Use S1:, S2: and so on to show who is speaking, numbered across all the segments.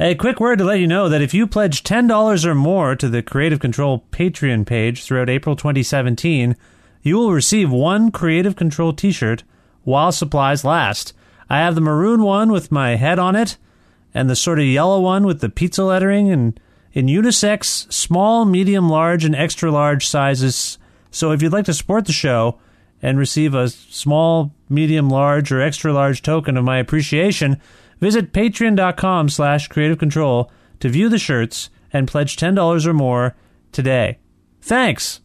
S1: A quick word to let you know that if you pledge $10 or more to the Creative Control Patreon page throughout April 2017, you will receive one Creative Control t shirt while supplies last. I have the maroon one with my head on it, and the sort of yellow one with the pizza lettering, and in unisex, small, medium, large, and extra large sizes. So if you'd like to support the show and receive a small, medium, large, or extra large token of my appreciation, Visit patreon.com slash creative control to view the shirts and pledge $10 or more today. Thanks.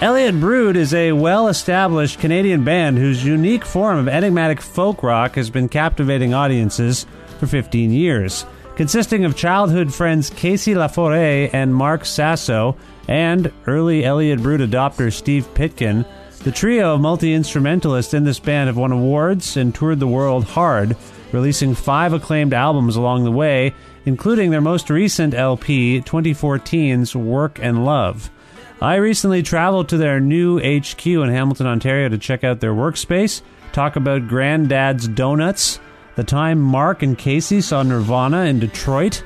S1: Elliot Brood is a well established Canadian band whose unique form of enigmatic folk rock has been captivating audiences for 15 years. Consisting of childhood friends Casey LaForêt and Mark Sasso, and early Elliot Brood adopter Steve Pitkin, the trio of multi instrumentalists in this band have won awards and toured the world hard, releasing five acclaimed albums along the way, including their most recent LP, 2014's Work and Love. I recently traveled to their new HQ in Hamilton, Ontario to check out their workspace, talk about Granddad's Donuts, the time Mark and Casey saw Nirvana in Detroit,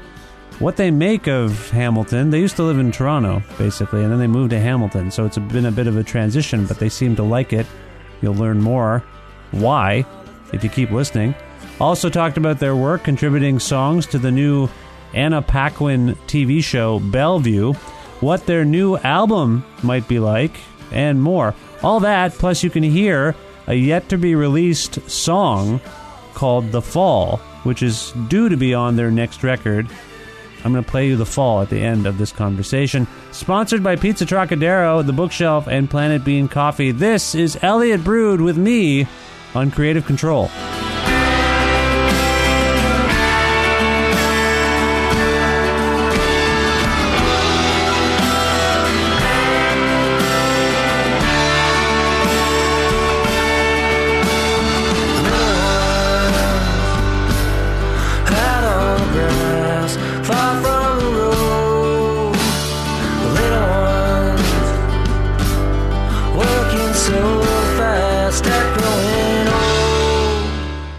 S1: what they make of Hamilton. They used to live in Toronto, basically, and then they moved to Hamilton, so it's been a bit of a transition, but they seem to like it. You'll learn more why if you keep listening. Also, talked about their work contributing songs to the new Anna Paquin TV show Bellevue, what their new album might be like, and more. All that, plus, you can hear a yet to be released song called The Fall, which is due to be on their next record. I'm going to play you The Fall at the end of this conversation. Sponsored by Pizza Trocadero, The Bookshelf, and Planet Bean Coffee, this is Elliot Brood with me on Creative Control.
S2: At all grass, far from the road. Little ones working so fast at growing old.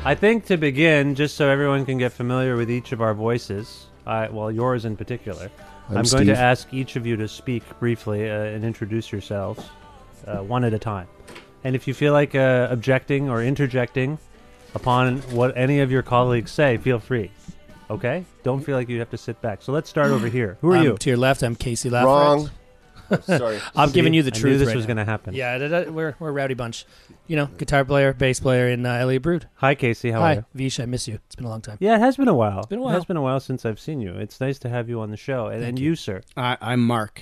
S1: I think to begin, just so everyone can get familiar with each of our voices, I, well, yours in particular, I'm,
S3: I'm Steve.
S1: going to ask each of you to speak briefly uh, and introduce yourselves uh, one at a time. And if you feel like uh, objecting or interjecting upon what any of your colleagues say, feel free. Okay? Don't feel like you have to sit back. So let's start over here. Who are
S4: I'm
S1: you?
S4: Um, To your left, I'm Casey Lafferty.
S3: Wrong. Sorry.
S4: I'm giving you the
S1: I knew
S4: truth.
S1: this
S4: right
S1: was
S4: now.
S1: gonna happen.
S4: Yeah, da- da- we're we're a rowdy bunch. You know, guitar player, bass player, and uh, Elliot Brood.
S1: Hi, Casey. How are you?
S4: Hi, Vish. I miss you. It's been a long time.
S1: Yeah, it has been a while. It's
S4: been a
S1: It has
S4: while.
S1: been a while since I've seen you. It's nice to have you on the show. And, and you. sir.
S5: I, I'm Mark,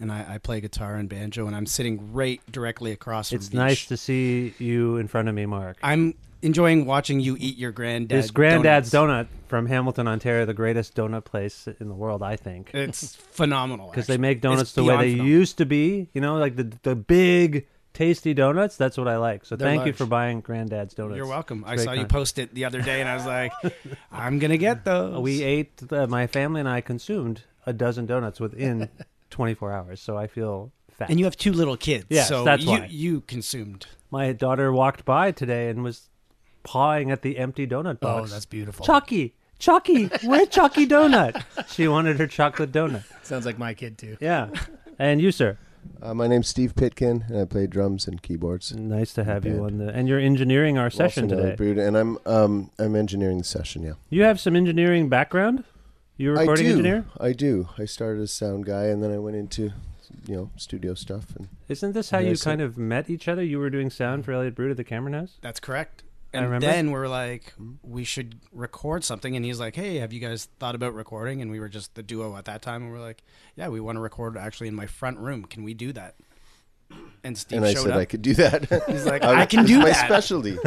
S5: and I, I play guitar and banjo, and I'm sitting right directly across from
S1: It's
S5: Beach.
S1: nice to see you in front of me, Mark.
S5: I'm enjoying watching you eat your granddad's
S1: this granddad's
S5: donuts.
S1: donut from Hamilton, Ontario, the greatest donut place in the world, I think,
S5: It's phenomenal
S1: because they
S5: actually.
S1: make donuts
S5: It's
S1: the way
S5: beyond
S1: they
S5: phenomenal.
S1: used to be. You know, like the the big tasty donuts. That's what I like. So
S5: They're
S1: thank you
S5: large.
S1: for buying Granddad's donuts.
S5: You're welcome. I
S1: Great
S5: saw you
S1: time.
S5: post it the other day, and I was like, I'm gonna get those.
S1: Oh, We ate. The, my family and I consumed a dozen donuts within 24 hours. So I feel fat.
S5: And you have two little kids,
S1: Yes,
S5: so
S1: that's
S5: you,
S1: why.
S5: you consumed.
S1: My daughter walked by today and was pawing at the empty donut
S5: Oh,
S1: box.
S5: that's beautiful.
S1: Chucky, Chucky, where Chucky donut? She wanted her chocolate donut.
S4: Sounds like my kid too.
S1: Yeah. And you, sir.
S6: Uh, my name's Steve Pitkin, and I play drums and keyboards.
S1: Nice to have you
S6: Band.
S1: on the. And you're engineering our session
S6: Wilson
S1: today.
S6: Ellie Brood, and I'm um, I'm engineering the session. Yeah,
S1: You have some engineering background. You're a recording
S6: I do.
S1: engineer.
S6: I do. I started as sound guy, and then I went into you know studio stuff. And
S1: Isn't this how
S6: Yeah,
S1: you
S6: so-
S1: kind of met each other? You were doing sound for Elliot Brood at the Cameron House.
S5: That's correct.
S1: I
S5: And
S1: remember.
S5: then we're like,
S6: Hmm?
S5: we should record something, and he's like, Hey, have you guys thought about recording? And we were just the duo at that time, and we're like, Yeah, we want to record actually in my front room. Can we do that? And Steve
S6: and I
S5: showed
S6: said
S5: up.
S6: I could do that.
S5: He's like, "I can
S6: it's
S5: do
S6: my
S5: that."
S6: specialty.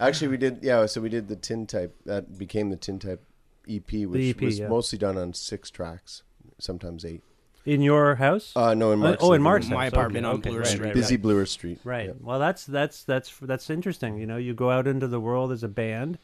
S6: Actually, we did. Yeah, so we did the tin type. That became the tin type EP, which
S1: EP,
S6: was
S1: E yeah.
S6: mostly done on six tracks, sometimes eight.
S1: In your house?
S6: Uh, no, in
S1: Oh,
S6: Mark's
S1: Oh, in
S6: living
S1: Mark's
S6: room.
S5: My
S1: house.
S5: apartment
S1: Okay,
S5: on
S1: okay,
S5: Bloor
S1: right,
S5: Street.
S1: right,
S6: Busy
S1: Right.
S6: Bluer Street.
S1: Right.
S6: Yeah.
S1: Well, that's that's that's that's interesting. You know, you go out into the world as a band,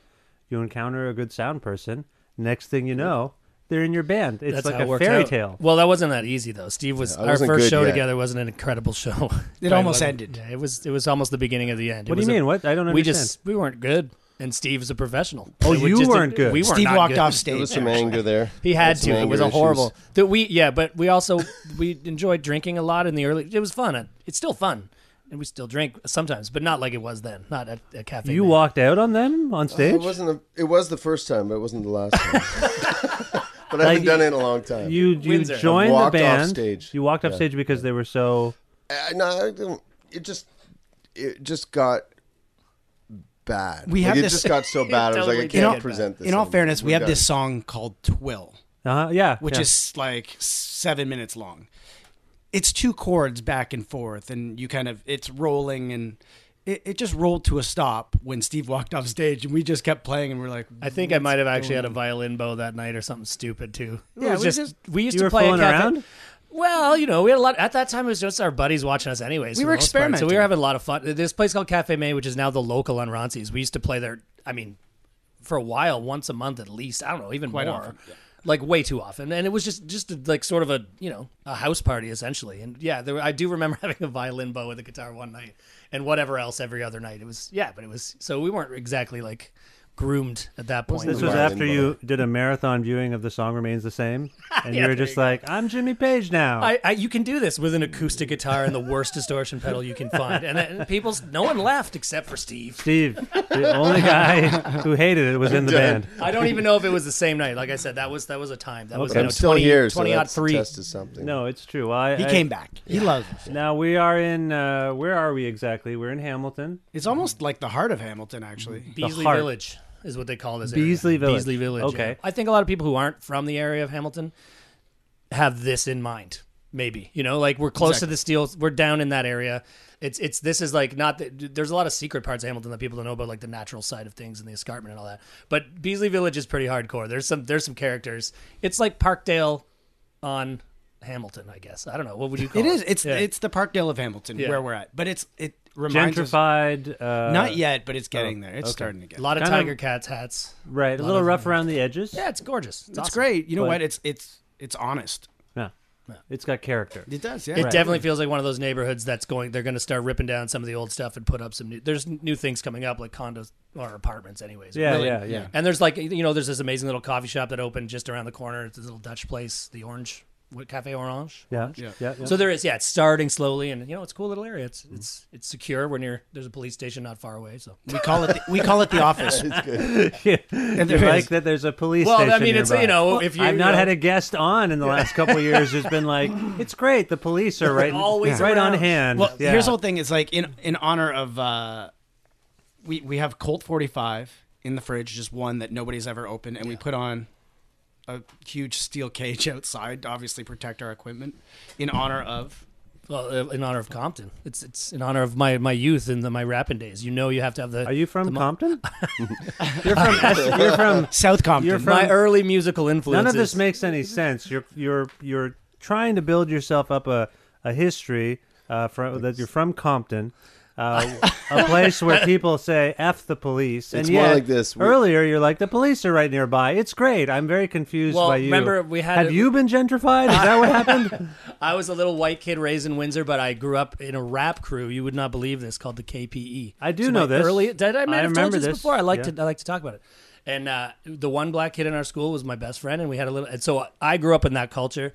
S1: you encounter a good sound person. Next thing you know, they're in your band. It's
S4: That's
S1: like
S4: how it
S1: a
S4: worked
S1: fairy
S4: out.
S1: tale.
S4: Well, that wasn't that easy though. Steve was
S6: Yeah, I
S4: our
S6: wasn't
S4: first
S6: good
S4: show
S6: yet.
S4: together wasn't an incredible show.
S5: It almost
S4: wasn't-
S5: ended.
S4: Yeah, it was. It was almost the beginning of the end. It
S1: What do you
S4: was a-
S1: mean? What? I don't
S4: We
S1: understand.
S4: just we weren't good, and Steve's a professional.
S1: Oh,
S4: It was
S1: you
S4: just a-
S1: weren't good.
S4: We were
S5: Steve
S4: not
S5: walked
S4: good.
S5: off
S6: There
S5: stage.
S6: was some anger there.
S4: He
S6: There
S4: had
S6: some
S4: to. It
S6: anger
S4: was a
S6: issues.
S4: horrible. That we yeah, but we also we enjoyed drinking a lot in the early. It was fun. It's still fun, and we still drink sometimes, but not like it was then. Not at a cafe.
S1: you
S4: night.
S1: walked out on them on
S6: It
S1: stage.
S6: wasn't. A, it was the first time, but it wasn't the last time. but I
S1: Like,
S6: haven't done it in a long time.
S1: you you
S4: Windsor.
S1: joined the
S6: Walked off
S1: band.
S6: stage.
S1: You walked off
S6: Yeah.
S1: stage because they were so.
S6: I, no, I don't- it just it just got bad.
S5: We have
S6: like,
S5: this-
S6: it just got so bad. I was like,
S4: totally
S6: I
S4: did
S6: can't
S4: get
S6: present this.
S5: In all
S6: anymore.
S5: fairness, we, have
S6: got-
S5: this song called Twill,
S1: Uh, yeah.
S5: which
S1: yeah.
S5: is like seven minutes long. It's two chords back and forth, and you kind of it's rolling, and it, it just rolled to a stop when Steve walked off stage, and we just kept playing, and we're like,
S4: I think I might have actually had a violin bow that night or something stupid too. Um, It
S5: Yeah,
S4: was
S5: we
S4: just,
S5: just-
S4: we used
S1: You
S4: to
S1: were
S4: play at
S1: fooling
S4: cafe-
S1: around?
S4: Well, you know, we had a lot at that time. It was just our buddies watching us, anyways.
S5: We
S4: for
S5: were
S4: the most part. so we
S5: experimenting.
S4: were having a lot of fun. This place called Cafe May, which is now the local on Rauncey's. We used to play there. I mean, for a while, once a month at least. I don't know, even
S5: Quite
S4: more.
S5: often,
S4: Like way too often, and it was just just a, like sort of a you know a house party essentially, and yeah, there, were- I do remember having a violin bow with a guitar one night, and whatever else every other night. It was yeah, but it was so we weren't exactly like groomed at that point.
S1: This
S6: the
S1: was
S6: violin
S1: after you did a marathon viewing of "The Song Remains the Same," and you
S4: Yeah,
S1: were
S4: there
S1: just
S4: you go.
S1: like, "I'm Jimmy Page now."
S4: I, I, you can do this with an acoustic guitar and the worst distortion pedal you can find, and, and people, no one laughed except for Steve.
S1: Steve, the only guy who hated it was in the band.
S4: I don't even know if it was the same night. Like I said, that was that was a time. That was
S6: But
S4: you
S6: I'm
S4: know,
S6: still
S4: 20,
S6: here, so
S4: 20 odd
S6: that's
S4: three.
S6: a test of something.
S1: No, it's true. I,
S5: he
S1: I-
S5: came back. He loves. It.
S1: Now we are in. Uh, where are we exactly? We're in Hamilton.
S5: It's almost like the heart of Hamilton, actually.
S4: Beasley
S1: heart.
S4: Village is what they call this.
S1: Beasley
S4: area.
S1: Village.
S4: Beasley Village.
S1: Okay.
S4: yeah. I think a lot of people who aren't from the area of Hamilton have this in mind. Maybe you know, like we're close to the steel. We're down in that area. It's it's this is like not that there's a lot of secret parts of Hamilton that people don't know about, like the natural side of things and the escarpment and all that. But Beasley Village is pretty hardcore. There's some there's some characters. It's like Parkdale on Hamilton, I guess. I don't know what would you call
S5: It
S4: it.
S5: is. It's
S4: Yeah.
S5: it's the Parkdale of Hamilton
S4: Yeah.
S5: where we're at, but it's it reminds us
S1: Gentrified. Uh,
S5: not yet, but it's getting
S1: oh,
S5: there. It's
S1: okay.
S5: starting to get.
S4: a lot of
S1: Kinda-
S4: tiger cats hats.
S1: Right. A
S4: lot
S1: little
S4: of-
S1: rough around the edges.
S4: Yeah, it's gorgeous. It's,
S5: It's
S4: awesome.
S5: great. You know
S1: But-
S5: what? It's it's it's honest.
S1: Yeah. It's got character.
S5: It does. Yeah.
S4: It definitely feels like one of those neighborhoods that's going. They're going to start ripping down some of the old stuff and put up some new. There's new things coming up, like condos or apartments, anyways.
S1: Yeah,
S4: Really.
S1: yeah, yeah.
S4: And there's like you know, there's this amazing little coffee shop that opened just around the corner. It's this little Dutch place, the Orange what, Cafe Orange.
S1: Yeah. Yeah. yeah,
S4: So there is, yeah, it's starting slowly, and you know, it's a cool little area. It's it's it's secure. We're near. There's a police station not far away. So
S5: We call it the, we call it the office.
S1: and you
S5: there
S1: like
S5: is-
S1: that there's a police
S4: Well, I
S1: station
S4: mean, it's, you
S1: nearby.
S4: know, if you-
S1: I've
S4: you uh,
S1: not
S4: know-
S1: had a guest on in the last couple of years who's been like, it's great. The police are right,
S4: Always
S1: right on
S4: around.
S1: hand.
S5: Well,
S1: yeah.
S5: here's the whole thing. It's like in in honor of uh, we we have Colt 45 in the fridge, just one that nobody's ever opened, and we put on a huge steel cage outside to obviously protect our equipment in honor of.
S4: well, uh, in honor of Compton, it's it's in honor of my my youth and the, my rapping days. You know, you have to have the.
S1: Are you from Compton? you're from. S- You're from.
S5: South Compton. er,
S1: You're
S4: my
S1: from-
S4: early musical influences?
S1: None of this makes any sense. You're you're you're trying to build yourself up a, a history uh, from that you're from Compton, uh, a place where people say "f the police."
S6: It's
S1: and
S6: more
S1: yet,
S6: like this. We-
S1: Earlier, you're like the police are right nearby. It's great. I'm very confused
S4: Well,
S1: by you.
S4: remember we had
S1: have
S4: a-
S1: you been gentrified? Is that what happened?
S4: I was a little white kid raised in Windsor, but I grew up in a rap crew. You would not believe this called the KPE.
S1: I do
S4: So
S1: know
S4: my
S1: this.
S4: Early, did I,
S1: I
S4: might have told
S1: remember
S4: you this,
S1: this.
S4: before? I like
S1: Yeah.
S4: to I like to talk about it. And uh, the one black kid in our school was my best friend, and we had a little. And so I grew up in that culture.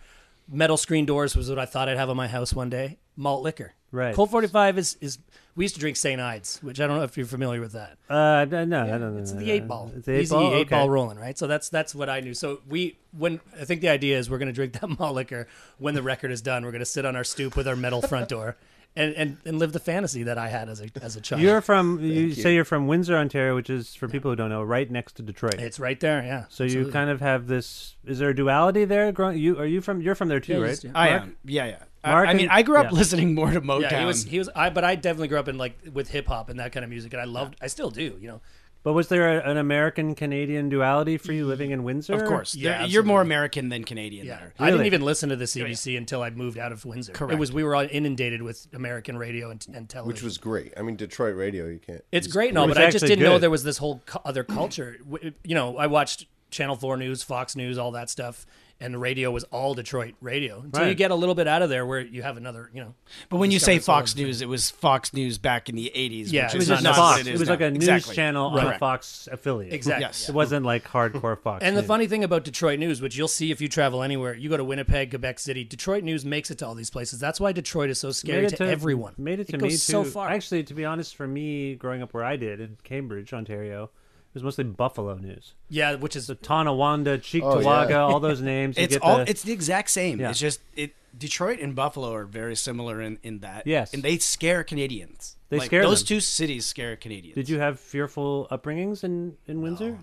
S4: Metal screen doors was what I thought I'd have in my house one day. Malt liquor,
S1: Right.
S4: Cold forty five is is we used to drink St. Ides, which I don't know if you're familiar with that.
S1: Uh, no, no, I don't know.
S4: It's the eight ball.
S1: It's the eight
S4: Easy
S1: ball.
S4: eight
S1: okay.
S4: ball rolling, right? So that's that's what I knew. So we when I think the idea is we're gonna drink that malt liquor when the record is done. We're gonna sit on our stoop with our metal front door and, and, and live the fantasy that I had as a as a child.
S1: You're from. You, say you're from Windsor, Ontario, which is for people who don't know, right next to Detroit.
S4: it's right there, yeah.
S1: so you kind of have this. Is there a duality there? Grow- You are you from? You're from there too,
S4: Yeah,
S1: right?
S4: just- yeah.
S5: I
S1: Mark?
S5: am. Yeah, yeah. I,
S1: Mark
S5: I mean,
S1: and-
S5: I grew up
S1: yeah.
S5: listening more to Motown.
S4: Yeah, he was he was I but I definitely grew up in like with hip hop and that kind of music and I loved I still do, you know.
S1: But was there a, an American Canadian duality for you living in Windsor?
S5: of course.
S4: Yeah,
S5: There- you're more
S4: absolutely.
S5: American than Canadian
S4: Yeah.
S5: there.
S4: I didn't
S1: Really?
S4: even listen to the CBC until I moved out of Windsor. It
S5: Correct.
S4: was we were all inundated with American radio and, and television.
S6: which was great. I mean, Detroit radio, you can't.
S4: It's great and all,
S1: It was
S4: but I just
S1: actually
S4: didn't know
S1: good.
S4: there was this whole cu- other culture. W- You know, I watched Channel Four News, Fox News, all that stuff, and the radio was all Detroit radio. Until you
S1: Right.
S4: get a little bit out of there, where you have another, you know.
S5: But when you
S4: discover
S5: say
S4: this whole
S5: Fox
S4: other thing.
S5: News, it was Fox News back in the 80s.
S4: Yeah,
S5: which
S4: it
S5: is
S4: was just
S5: not
S1: Fox.
S5: what
S1: It,
S5: is
S1: was
S5: now.
S1: like a news
S5: Exactly.
S1: channel on a
S5: Correct.
S1: Fox affiliate.
S4: Exactly.
S5: Yes.
S1: It wasn't like hardcore Fox.
S4: and the
S1: News.
S4: funny thing about Detroit News, which you'll see if you travel anywhere, you go to Winnipeg, Quebec City, Detroit News makes it to all these places. That's why Detroit is so scary
S1: Made
S4: to,
S1: it
S4: everyone.
S1: Made it to
S4: goes
S1: me
S4: so
S1: too.
S4: far.
S1: Actually, to be honest, for me, growing up where I did in Cambridge, Ontario, it was mostly Buffalo news.
S4: yeah, which is
S1: So Tonawanda, Cheektowaga,
S6: yeah.
S1: all those names. you
S5: It's
S1: get
S5: all.
S1: the-
S5: it's the exact same.
S1: Yeah.
S5: It's just it. Detroit and Buffalo are very similar in, in that.
S1: Yes.
S5: and they scare Canadians.
S1: They
S5: Like,
S1: scare
S5: those
S1: them.
S5: two cities scare Canadians.
S1: Did you have fearful upbringings in in Windsor?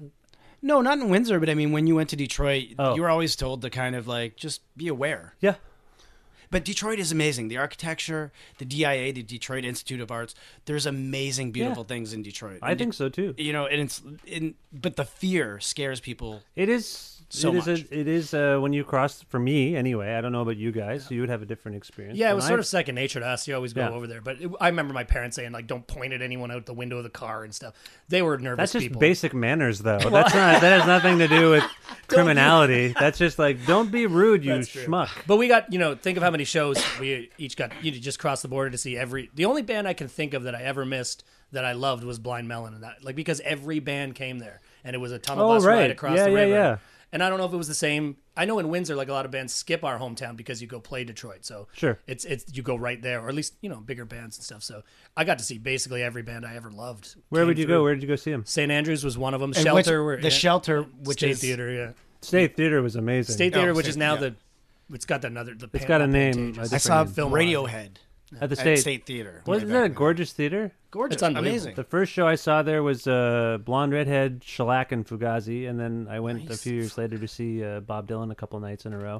S5: No, not in Windsor, but I mean, when you went to Detroit,
S1: Oh.
S5: you were always told to kind of like just be aware.
S1: Yeah.
S5: But Detroit is amazing. The architecture, the DIA, the Detroit Institute of Arts. There's amazing, beautiful
S1: Yeah.
S5: things in Detroit.
S1: I
S5: And
S1: think
S5: it-
S1: so too.
S5: You know, and it's in, but the fear scares people.
S1: It is.
S5: So
S1: it is.
S5: much.
S1: A, it is uh, when you cross. For me, anyway, I don't know about you guys. So you would have a different experience.
S4: Yeah, it
S1: When
S4: was
S1: I-
S4: sort of second nature to us. You always go
S1: Yeah.
S4: over there, but it, I remember my parents saying like, "Don't point at anyone out the window of the car and stuff." They were nervous.
S1: That's just
S4: people.
S1: basic manners, though. That's not. That has nothing to do with criminality. That's just like don't be rude, you
S4: That's true.
S1: schmuck.
S4: But we got you know think of how many shows we each got. You just crossed the border to see every. The only band I can think of that I ever missed that I loved was Blind Melon, and that like because every band came there, and it was a tunnel
S1: Oh,
S4: bus ride
S1: right.
S4: across
S1: Yeah,
S4: the
S1: yeah,
S4: river.
S1: yeah.
S4: And I don't know if it was the same. I know in Windsor, like a lot of bands skip our hometown because you go play Detroit. So
S1: Sure.
S4: it's it's you go right there, or at least you know bigger bands and stuff. So I got to see basically every band I ever loved.
S1: Where
S4: came
S1: would you
S4: through.
S1: go? Where did you go see him?
S4: St. Andrews was one of them.
S5: And
S4: Shelter,
S5: which-
S4: where-
S5: the
S4: yeah.
S5: Shelter, which
S4: State
S5: is-
S4: Theater, yeah,
S1: State Theater was amazing.
S4: State Theater, which
S5: State-
S4: is now
S5: yeah.
S4: the, it's got another. The
S1: It's got a name, a
S5: I
S1: different
S5: saw
S1: name.
S5: film
S4: Film
S5: Radiohead
S1: at the
S5: at
S1: state.
S5: State Theater.
S1: Wasn't that a gorgeous theater?
S5: gorgeous?
S4: It's unbelievable.
S5: amazing.
S1: The first show I saw there was uh, Blonde Redhead, Shellac, and Fugazi, and then I went a few years later to see uh, Bob Dylan a couple nights in a row.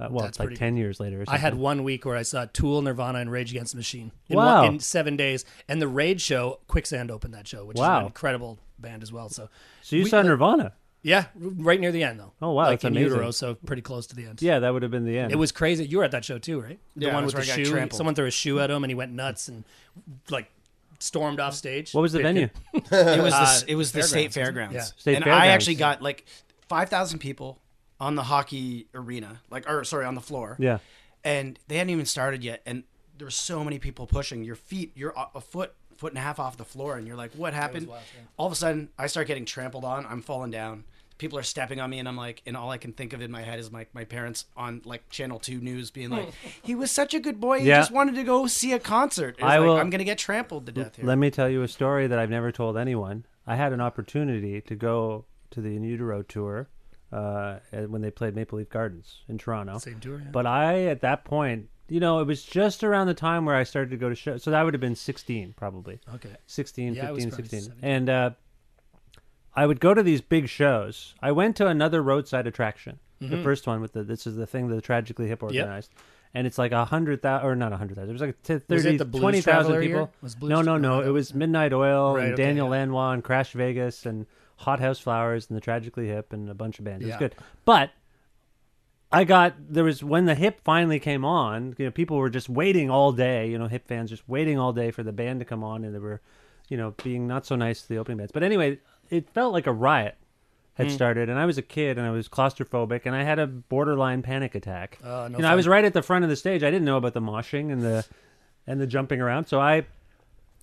S1: Uh, well,
S4: That's
S1: it's like
S4: pretty-
S1: ten years later. Or
S4: I had
S1: something.
S4: one week where I saw Tool, Nirvana, and Rage Against the Machine. In
S1: Wow.
S4: One, in seven days, and the Rage show, Quicksand opened that show, which is an
S1: Wow.
S4: incredible band as well. So,
S1: So you
S4: we-
S1: saw
S4: like-
S1: Nirvana?
S4: yeah, r- right near the end though.
S1: Oh, wow,
S4: like
S1: that's
S4: in
S1: amazing.
S4: utero, so pretty close to the end.
S1: Yeah, that would have been the end.
S4: It was crazy. You were at that show too, right? The
S5: Yeah,
S4: one
S5: that's
S4: with the
S5: where I got
S4: shoe.
S5: trampled.
S4: Someone threw a shoe at him, and he went nuts and like stormed off stage.
S1: What was the venue?
S5: It was
S4: Uh,
S5: the, it was the state
S4: fairgrounds,
S5: fairgrounds.
S4: isn't it? Yeah.
S1: State
S5: and I
S1: fairgrounds.
S5: actually got like 5,000 people on the hockey arena, like or sorry, on the floor.
S1: Yeah.
S5: And they hadn't even started yet and there were so many people pushing your feet, you're a a foot foot and a half off the floor and you're like what happened? All of a sudden I start getting trampled on, I'm falling down. People are stepping on me and I'm like and all I can think of in my head is my my parents on like channel 2 news being like he was such a good boy, he
S1: Yeah.
S5: just wanted to go see a concert. It's
S1: I
S5: like
S1: will-
S5: I'm going to get trampled to death here.
S1: Let me tell you a story that I've never told anyone. I had an opportunity to go to the In Utero tour uh, at- when they played Maple Leaf Gardens in Toronto.
S4: Same tour, yeah.
S1: But I, at that point, you know, it was just around the time where I started to go to shows. So that would have been 16, probably.
S4: Okay.
S1: 16,
S4: Yeah, I was
S1: 15,
S4: probably
S1: 16.
S4: 17.
S1: And uh, I would go to these big shows. I went to another roadside attraction,
S4: Mm-hmm.
S1: the first one with the, this is the thing that Tragically Hip organized. And it's like a hundred thousand, or not a hundred thousand. It was like t-
S4: Was
S1: 30,
S4: it the Blues
S1: 20,000
S4: Traveler
S1: people.
S4: year? Was Blues
S1: no, no,
S4: Traveler-
S1: no. It was Midnight Oil
S4: Right,
S1: and
S4: okay,
S1: Daniel
S4: yeah.
S1: Lanois and Crash Vegas and Hot House Flowers and the Tragically Hip and a bunch of bands. It
S4: Yeah.
S1: was good. But I got there was when the hip finally came on. You know, people were just waiting all day. You know, hip fans just waiting all day for the band to come on, and they were, you know, being not so nice to the opening bands. But anyway, it felt like a riot had
S4: Mm.
S1: started, and I was a kid, and I was claustrophobic, and I had a borderline panic attack.
S4: Uh, no
S1: you know, I
S4: fun.
S1: was right at the front of the stage. I didn't know about the moshing and the and the jumping around, so I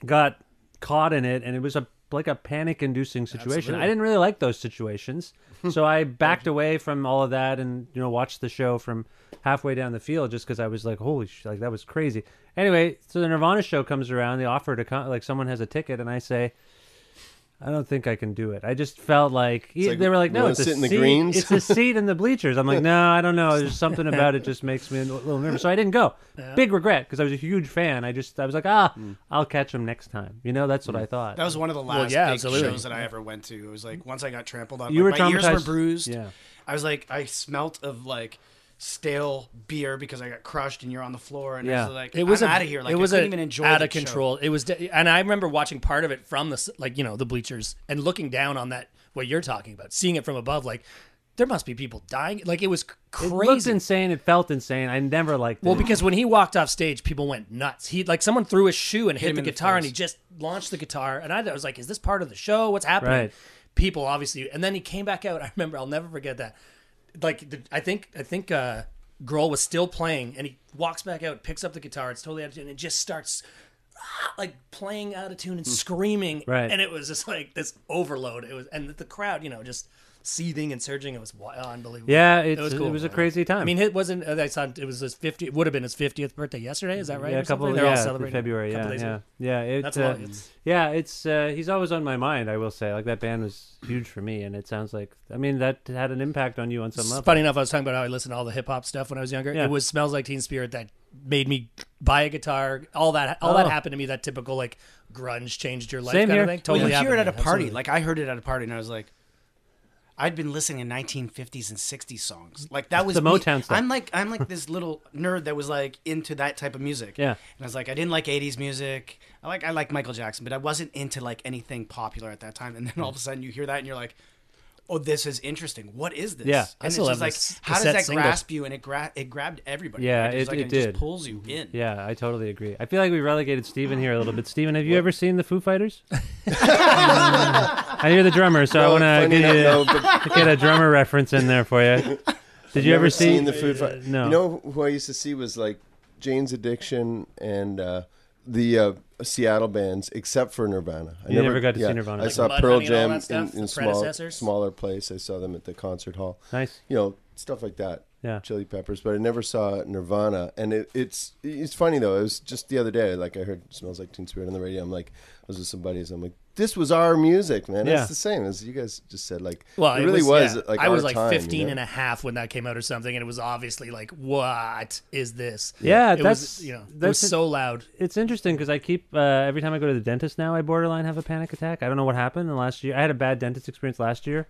S1: got caught in it, and it was a like a panic-inducing situation.
S4: Absolutely.
S1: I didn't really like those situations, so I backed away from all of that, and you know, watched the show from halfway down the field just because I was like, "Holy sh!" Like that was crazy. Anyway, so the Nirvana show comes around. They offer to come, like someone has a ticket, and I say. I don't think I can do it. I just felt like, e,
S6: It's like,
S1: they were like,
S6: you
S1: no,
S6: wanna
S1: it's a
S6: sit in the
S1: seat-
S6: greens?"
S1: It's a seat in the bleachers. I'm like, no, I don't know. There's something about it just makes me a little nervous. So I didn't go.
S5: Yeah.
S1: Big regret because I was a huge fan. I just I was like, ah, I'll catch him next time. You know, that's what I thought.
S5: That was one of the last
S4: Well, yeah,
S5: big
S4: absolutely.
S5: shows that I ever went to. It was like once I got trampled on,
S1: You
S5: like,
S1: were
S5: my ears were
S1: traumatized-
S5: bruised.
S1: yeah.
S5: I was like, I smelt of like stale beer because I got crushed and you're on the floor and I was like,
S4: it was
S5: I'm
S4: a-
S5: out of here. Like
S4: it was
S5: I
S4: a,
S5: couldn't even enjoy
S4: out
S5: the
S4: of control. It was, de- and I remember watching part of it from the s- like you know the bleachers and looking down on that what you're talking about, seeing it from above. Like there must be people dying. Like it was c-
S1: it
S4: crazy.
S1: looked insane. It felt insane. I never liked
S4: Well,
S1: it.
S4: because when he walked off stage, people went nuts. He like someone threw his shoe and
S5: Hit
S4: hit,
S5: him
S4: the
S5: in the
S4: guitar, and
S5: face.
S4: he just launched the guitar. And I was like, "Is this part of the show? What's happening?"
S1: Right.
S4: People obviously, and then he came back out. I remember, I'll never forget that. Like the, I think I think uh, Grohl was still playing, and he walks back out, picks up the guitar. It's totally out of tune, and it just starts ah, like playing out of tune and screaming.
S1: Right.
S4: and it was just like this overload. It was, and the crowd, you know, just seething and surging. It was wi- unbelievable.
S1: Yeah, it's-
S4: cool,
S1: it was a
S4: man.
S1: crazy time.
S4: I mean, it wasn't. uh, That's on. It was his fifty. It would have been his fiftieth birthday yesterday. Is that right?
S1: Yeah,
S4: or
S1: a couple.
S4: something?
S1: Of,
S4: They're
S1: yeah,
S4: all
S1: in
S4: celebrating it a
S1: February.
S4: couple
S1: Yeah,
S4: days
S1: yeah,
S4: ago.
S1: yeah. It,
S4: That's
S1: uh,
S4: long. It's-
S1: yeah, it's uh, he's always on my mind. I will say, like that band was huge for me, and it sounds like I mean that had an impact on you on some
S4: It's
S1: level.
S4: funny enough, I was talking about how I listened to all the hip hop stuff when I was younger.
S1: Yeah.
S4: It was "Smells Like Teen Spirit" that made me buy a guitar. All that, all
S1: Oh.
S4: that happened to me. That typical like grunge changed your life
S1: Same
S4: kind
S1: here.
S4: of thing.
S1: Well,
S4: Totally.
S5: you hear it at
S4: happened
S5: a
S4: to me,
S5: party.
S4: absolutely.
S5: Like I heard it at a party and I was like, I'd been listening to 1950s and 60s songs. Like that was
S1: The
S5: me.
S1: Motown stuff.
S5: I'm like I'm like this little nerd that was like into that type of music.
S1: Yeah.
S5: And I was like, I didn't like 80s music. I like I like Michael Jackson, but I wasn't into like anything popular at that time. And then all of a sudden you hear that and you're like, Oh, this is interesting. What is this?
S1: Yeah. I
S5: and it's
S1: still
S5: just
S1: have
S5: like,
S1: this
S5: how does
S1: cassette
S5: that
S1: single.
S5: grasp you? And it gra- it grabbed everybody.
S1: Yeah,
S5: right?
S1: it,
S5: like,
S1: it,
S5: it
S1: did.
S5: Just pulls you in.
S1: Yeah, I totally agree. I feel like we relegated Steven here a little bit. Steven, have you ever seen the Foo Fighters? I hear the drummer, so
S6: No,
S1: I want
S6: funny
S1: to get,
S6: enough,
S1: you-
S6: no, but-
S1: get a drummer reference in there for you. Did
S6: I've
S1: you ever
S6: never
S1: see
S6: seen the food fight?
S1: No.
S6: You know who I used to see was like Jane's Addiction and uh, the uh, Seattle bands, except for Nirvana. I
S1: You never got to see Nirvana.
S6: I
S1: Like
S6: saw
S4: Mudhoney
S6: Pearl
S4: and all
S6: Jam
S4: that stuff,
S6: in,
S4: the
S6: in small,
S4: predecessors?
S6: smaller place. I saw them at the concert hall.
S1: Nice.
S6: You know stuff like that.
S1: Yeah.
S6: Chili Peppers, but I never saw Nirvana. And it, it's it's funny though. It was just the other day. Like I heard "Smells Like Teen Spirit" on the radio. I'm like, I was with some buddies. I'm like. This was our music, man.
S1: Yeah.
S6: It's the same as you guys just said. Like,
S4: Well,
S6: it really was.
S4: yeah.
S6: like
S4: I was
S6: our
S4: like
S6: time, you
S4: 15
S6: know?
S4: and a half when that came out or something, and it was obviously like, what is this?
S1: Yeah,
S4: it
S1: that's
S4: was, you know, it was
S1: that's
S4: so loud.
S1: It's interesting because I keep uh, every time I go to the dentist now, I borderline have a panic attack. I don't know what happened in the last year. I had a bad dentist experience last year,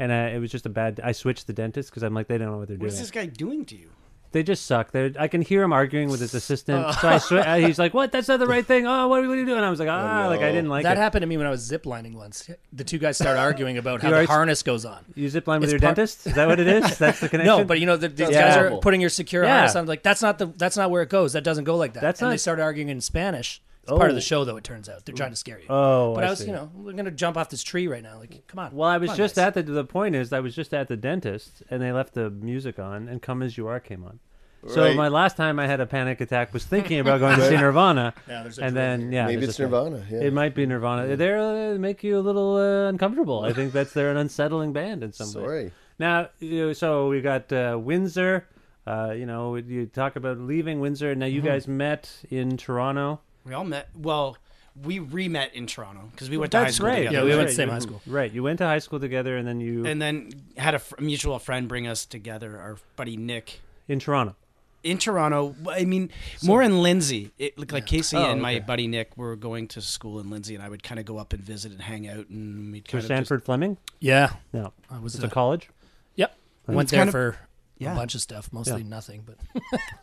S1: and uh, it was just a bad. I switched the dentist because I'm like they don't know what they're
S5: What
S1: doing.
S5: is this guy doing to you?
S1: They just suck. They're, I can hear him arguing with his assistant. So I sw- uh, he's like, "What? That's not the right thing. Oh, what are, what are you doing?" I was like, "Ah, like I didn't like
S4: that
S1: it."
S4: happened to me when I was ziplining once. The two guys start arguing about how
S1: You
S4: the
S1: always-
S4: harness goes on.
S1: You zip line with
S4: It's
S1: your
S4: part-
S1: dentist? Is that what it is? That's the connection.
S4: No, but you know the,
S1: That's
S4: these guys
S1: horrible.
S4: are putting your secure
S1: Yeah.
S4: harness on. Like that's not the that's not where it goes. That doesn't go like that.
S1: That's
S4: and
S1: not-
S4: they start arguing in Spanish. It's part
S1: Oh.
S4: of the show, though. It turns out they're trying to scare you.
S1: Oh,
S4: but
S1: I
S4: I was
S1: see.
S4: you know we're gonna jump off this tree right now. Like come on.
S1: Well, I was
S4: Come on,
S1: just
S4: guys.
S1: at the the point is I was just at the dentist and they left the music on and "Come as You Are" came on. So
S6: Right.
S1: my last time I had a panic attack was thinking about going to see Nirvana,
S4: Yeah, there's a
S1: and
S4: trail
S1: then yeah,
S6: Maybe
S1: there's
S6: it's
S1: a trail.
S6: Nirvana, yeah.
S1: It might be Nirvana. They're, they make you a little uh, uncomfortable. I think that's they're an unsettling band in some way.
S6: Sorry.
S1: Now, you know, so we got uh, Windsor. Uh, you know, you talk about leaving Windsor. Now you
S6: Mm-hmm.
S1: guys met in Toronto.
S5: We all met. Well, we re-met in Toronto because we went to
S1: That's
S5: high school
S1: right.
S5: together.
S4: Yeah, we
S1: that's
S4: went to the
S1: right.
S4: same high
S1: You-
S4: school.
S1: Right, you went to high school together, and then you
S5: and then had a fr- mutual friend bring us together. Our buddy Nick
S1: in Toronto.
S5: in Toronto. I mean, more in Lindsay. It looked like Casey
S1: Oh,
S5: and my
S1: okay.
S5: buddy Nick were going to school in Lindsay, and I would kind of go up and visit and hang out, and we'd
S1: For
S5: kind of
S1: Sanford Fleming?
S4: yeah
S1: No.
S4: I was
S1: it's
S4: a-
S1: a college?
S4: yep went
S5: It's
S4: there
S5: kind of-
S4: for
S5: yeah.
S4: a bunch of stuff, mostly
S1: Yeah.
S4: nothing,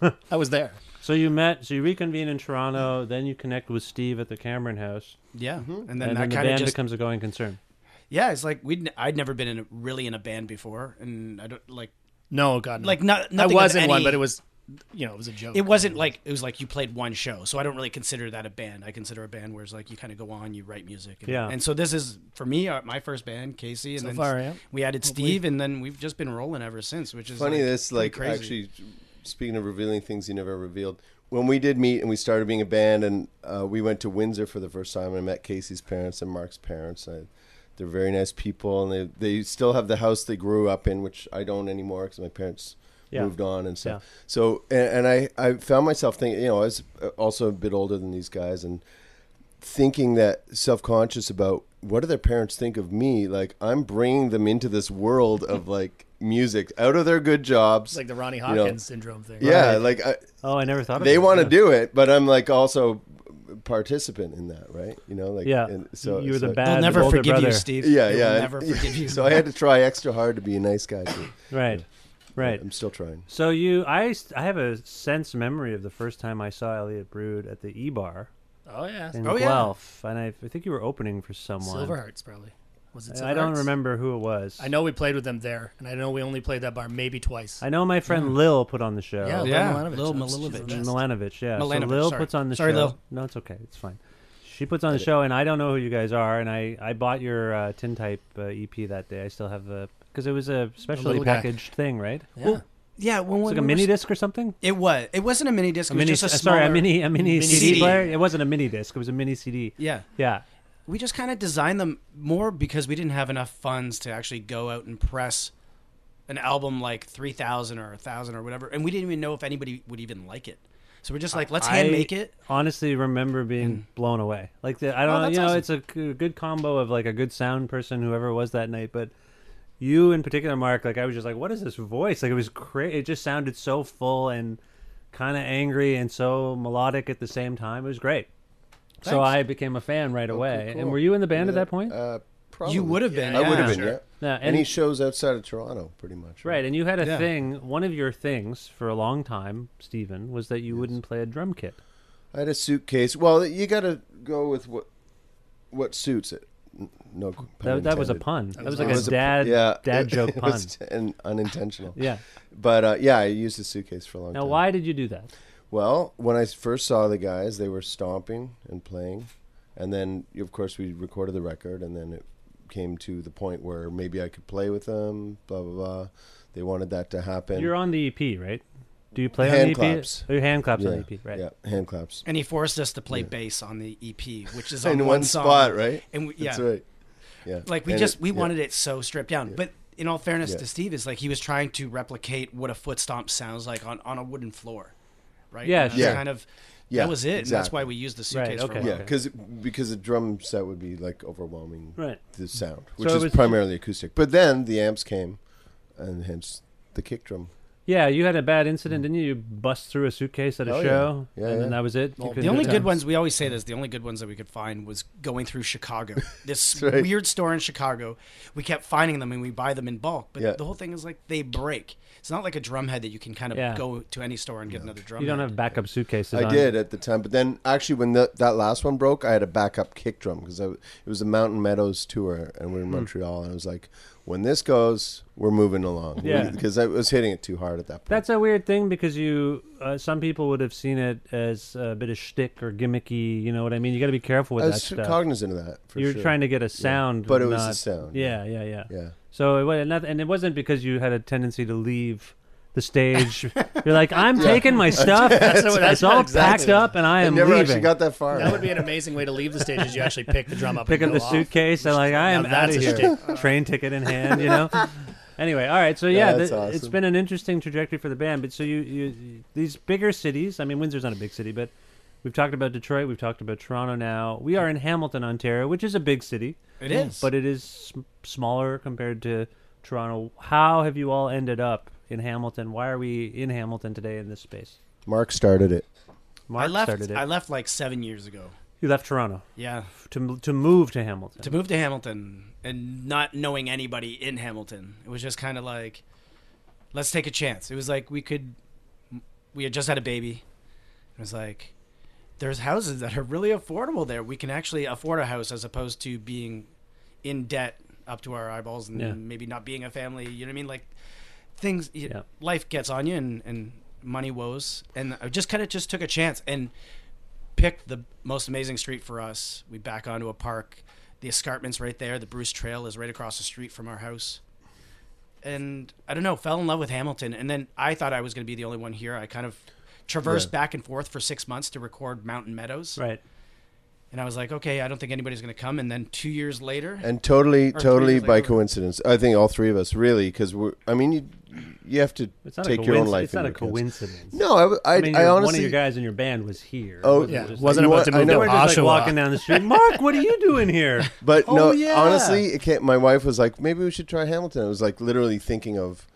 S4: but I was there.
S1: So you met, so you reconvene in Toronto, then you connect with Steve at the Cameron House,
S5: Just, yeah, and
S1: and
S5: then
S1: then,
S5: that
S1: the
S5: kind of
S1: band
S5: just
S1: becomes a going concern.
S5: yeah. It's like we would I'd never been in a, really in a band before, and I don't like
S4: No, God, no.
S5: Like not,
S4: I
S5: nothing of
S4: wasn't one,
S5: any-
S4: but it was, you know, it was a joke.
S5: It wasn't like it was like you played one show, so I don't really consider that a band. I consider a band where it's like you kind of go on, you write music, and,
S4: Yeah.
S5: And so this is for me uh, my first band, Casey, and
S4: So
S5: then
S4: far, yeah.
S5: we added
S4: Hopefully.
S5: Steve, and then we've just been rolling ever since. Which is
S6: funny
S5: like,
S6: this
S5: pretty
S6: like
S5: crazy.
S6: actually speaking of revealing things you never revealed when we did meet and we started being a band and uh, we went to windsor for the first time and i met casey's parents and mark's parents I, they're very nice people and they, they still have the house they grew up in which i don't anymore because my parents
S1: Yeah.
S6: moved on and stuff
S1: Yeah.
S6: so and, and i i found myself thinking you know i was uh, also a bit older than these guys and thinking that self-conscious about what do their parents think of me like i'm bringing them into this world of like music out of their good jobs
S4: It's like the Ronnie
S6: you know.
S4: Hawkins syndrome thing.
S6: yeah
S4: Right.
S6: like I,
S1: Oh, I never thought of
S6: they
S1: that,
S6: want to
S1: yeah.
S6: do it but i'm like also a participant in that right you know like
S1: Yeah.
S6: and so
S1: You were
S6: so-
S1: the bad They'll never older forgive you, brother. Steve.
S6: yeah
S1: They will
S6: yeah and-
S1: never forgive you.
S6: so i had to try extra hard to be a nice guy too.
S1: Right. Right.
S6: i'm still trying
S1: So you, I, s- I have a sense memory of the first time I saw Elliot Brood at the E Bar.
S4: Oh, yeah.
S1: in
S4: Oh, yeah.
S1: Guelph, and I, I think you were opening for someone.
S4: Silverhearts probably. Was it?
S1: I don't
S4: Silverhearts?
S1: remember who it was.
S4: I know we played with them there, and I know we only played that bar maybe twice.
S1: I know my friend Lil put on the show.
S4: Yeah, Lil Yeah, Milanovic. Lil That's- she's the Milanovic. best.
S1: Milanovic, yeah. So
S4: Milanovic,
S1: Lil
S4: sorry.
S1: puts on the
S4: Sorry,
S1: show.
S4: Lil.
S1: No, it's okay. It's fine. She puts on the show, and I don't know who you guys are. And I, I bought your uh, Tin Type uh, EP that day. I still have the because it was a specially
S5: little guy.
S1: packaged thing, right?
S5: Well, yeah, when
S1: It's like a
S5: when we were
S1: mini
S5: s-
S1: disc or something?
S5: It was. It wasn't a mini disc.
S1: A
S5: It was
S1: mini,
S5: just a
S1: uh, sorry, a
S5: smaller-
S1: mini, a mini,
S5: Mini
S1: CD,
S5: CD.
S1: player. It wasn't a mini disc. It was a mini CD.
S5: Yeah.
S1: yeah.
S5: we just kind of designed them more because we didn't have enough funds to actually go out and press an album like 3000 or 1000 or whatever and we didn't even know if anybody would even like it so we're just like let's hand
S1: I
S5: make it
S1: Honestly, remember being blown away. Like the, I
S5: Oh,
S1: don't, know,
S5: that's
S1: you know,
S5: awesome.
S1: it's a c- good combo of like a good sound person, whoever it was that night. But you in particular, Mark, like I was just like, what is this voice? Like it was crazy. It just sounded so full and kind of angry and so melodic at the same time. It was great. So
S6: Thanks.
S1: I became a fan right away.
S6: cool.
S1: And were you in the band at
S6: Yeah,
S1: that point?
S6: Uh, probably.
S5: You would've been,
S6: i
S5: yeah.
S6: would have been
S5: Sure.
S6: yeah
S1: Yeah, and-
S6: any shows outside of toronto pretty much
S1: Right, and you had a
S6: Yeah.
S1: thing. One of your things for a long time, Stephen, was that you wouldn't play a drum kit.
S6: I had a suitcase. Well, you got to go with what what suits it. N- No, pun
S1: That- that was a
S6: intended.
S1: pun. That was like
S6: It
S1: a
S6: pu-
S1: dad- dad joke
S6: it was an unintentional.
S1: Yeah.
S6: but uh, yeah, I used a suitcase for a long
S1: Now,
S6: time.
S1: why did you do that?
S6: Well, when I first saw the guys, they were stomping and playing, and then of course we recorded the record, and then it came to the point where maybe I could play with them. Blah blah blah. They wanted that to happen.
S1: You're on the EP, right? Do you play on the
S6: hand
S1: EP?
S6: claps.
S1: Oh, your hand claps on
S6: Yeah,
S1: the EP, right?
S6: Yeah, hand claps.
S5: and he forced us to play bass on the ep which is on
S6: in
S5: one,
S6: one
S5: song.
S6: spot, right?
S5: and we, yeah
S6: That's right. Yeah.
S5: like we
S6: And
S5: just
S6: it-
S5: we
S6: yeah.
S5: wanted it so stripped down but in all fairness
S6: Yeah.
S5: to steve is like he was trying to replicate what a foot stomp sounds like on, on a wooden floor right
S1: Yeah,
S5: And that's
S1: sure.
S5: kind of
S6: Yeah,
S5: that was it and that's
S6: exactly.
S5: why we used the suitcase for a
S6: Yeah,
S5: while.
S6: because because the drum set would be like overwhelming
S5: Right.
S6: the sound,
S1: So
S6: which
S1: it was-
S6: is primarily acoustic. But then the amps came, and hence the kick drum.
S1: Yeah, you had a bad incident, didn't you? You bust through a suitcase at a
S6: Oh, yeah.
S1: show,
S6: Yeah,
S1: and then
S6: yeah. Oh,
S1: that was it. You couldn't
S5: the
S1: do
S5: only
S1: it?
S5: good ones we always say this. The only good ones that we could find was going through Chicago. This
S1: That's right.
S5: weird store in Chicago. We kept finding them and we buy them in bulk. But
S1: Yeah.
S5: the whole thing is like they break. It's not like a drum head that you can kind of
S1: Yeah.
S5: go to any store and get another drum.
S1: You don't
S5: head.
S1: have backup suitcases.
S6: I
S1: on.
S6: did at the time, but then actually when the, that last one broke, I had a backup kick drum because it was a Mountain Meadows tour, and we are in
S1: Hmm.
S6: Montreal, and I was like, when this goes, we're moving along.
S1: Yeah.
S6: because I was hitting it too hard at that point.
S1: That's a weird thing because you, uh, some people would have seen it as a bit of shtick or gimmicky. You know what I mean? You got to be careful with
S6: I
S1: that
S6: was
S1: stuff.
S6: cognizant of that. For
S1: You're
S6: sure.
S1: trying to get
S6: Yeah.
S1: a sound,
S6: but it was
S1: not-
S6: a sound.
S1: Yeah, yeah, yeah.
S6: Yeah.
S1: So it was not, and it wasn't because you had a tendency to leave the stage. You're like, I'm taking my stuff.
S4: That's what- that's
S1: it's all
S4: exactly-
S1: packed up, and I am leaving.
S4: That would be an amazing way to leave the stage. Is you actually pick the drum up,
S1: Pick
S4: and
S1: up
S4: go
S1: the
S4: off.
S1: suitcase and like I
S4: Now
S1: am out
S4: that's
S1: of
S4: a
S1: here. Train ticket in hand, you know. Anyway, all right. So
S4: Yeah,
S1: yeah,
S4: that's
S1: th- it's
S4: awesome.
S1: been an interesting trajectory for the band. But so you, you, you- these bigger cities. I mean, Windsor's not a big city, but we've talked about Detroit. We've talked about Toronto. Now we are in Hamilton, Ontario, which is a big city.
S5: It is.
S1: but it is sm- smaller compared to Toronto. How have you all ended up in Hamilton? Why are we in Hamilton today in this space?
S6: Mark started it.
S1: Mark
S5: I left.
S1: started it.
S5: I left like seven years ago
S1: you left Toronto.
S5: Yeah.
S1: To to move to Hamilton.
S5: to move to Hamilton and not knowing anybody in Hamilton. It was just kind of like, let's take a chance. It was like we could. We had just had a baby. It was like, there's houses that are really affordable there. We can actually afford a house as opposed to being in debt up to our eyeballs and
S1: Yeah.
S5: maybe not being a family. You know what I mean? Like things you- life gets on you and, and money woes and i just kind of just took a chance and picked the most amazing street for us we back onto a park the escarpment's right there the bruce trail is right across the street from our house and i don't know fell in love with hamilton and then i thought i was going to be the only one here i kind of traversed
S1: Yeah.
S5: back and forth for six months to record mountain meadows right and i was like okay i don't think anybody's going to come and then two years later
S6: and totally,
S5: or three
S6: totally
S5: years
S6: by
S5: later-
S6: coincidence. I think all three of us really, because we're. I mean, you you have to
S1: It's not
S6: take
S1: a
S6: your own
S1: coinc-
S6: life.
S1: It's not a
S6: into account.
S1: coincidence.
S6: No, I, w- I,
S1: mean,
S6: I
S1: your-
S6: honestly
S1: one of your guys in your band was here.
S6: Oh,
S1: It
S6: Yeah.
S1: just-
S6: Wasn't You about to want- I move know. to
S1: We're just like
S6: Oshawa.
S1: walking down the street. Mark, what are you doing here?
S6: But
S1: "Oh,
S6: no,
S1: yeah."
S6: honestly, it can't, my wife was like, maybe we should try Hamilton. I was like, literally thinking of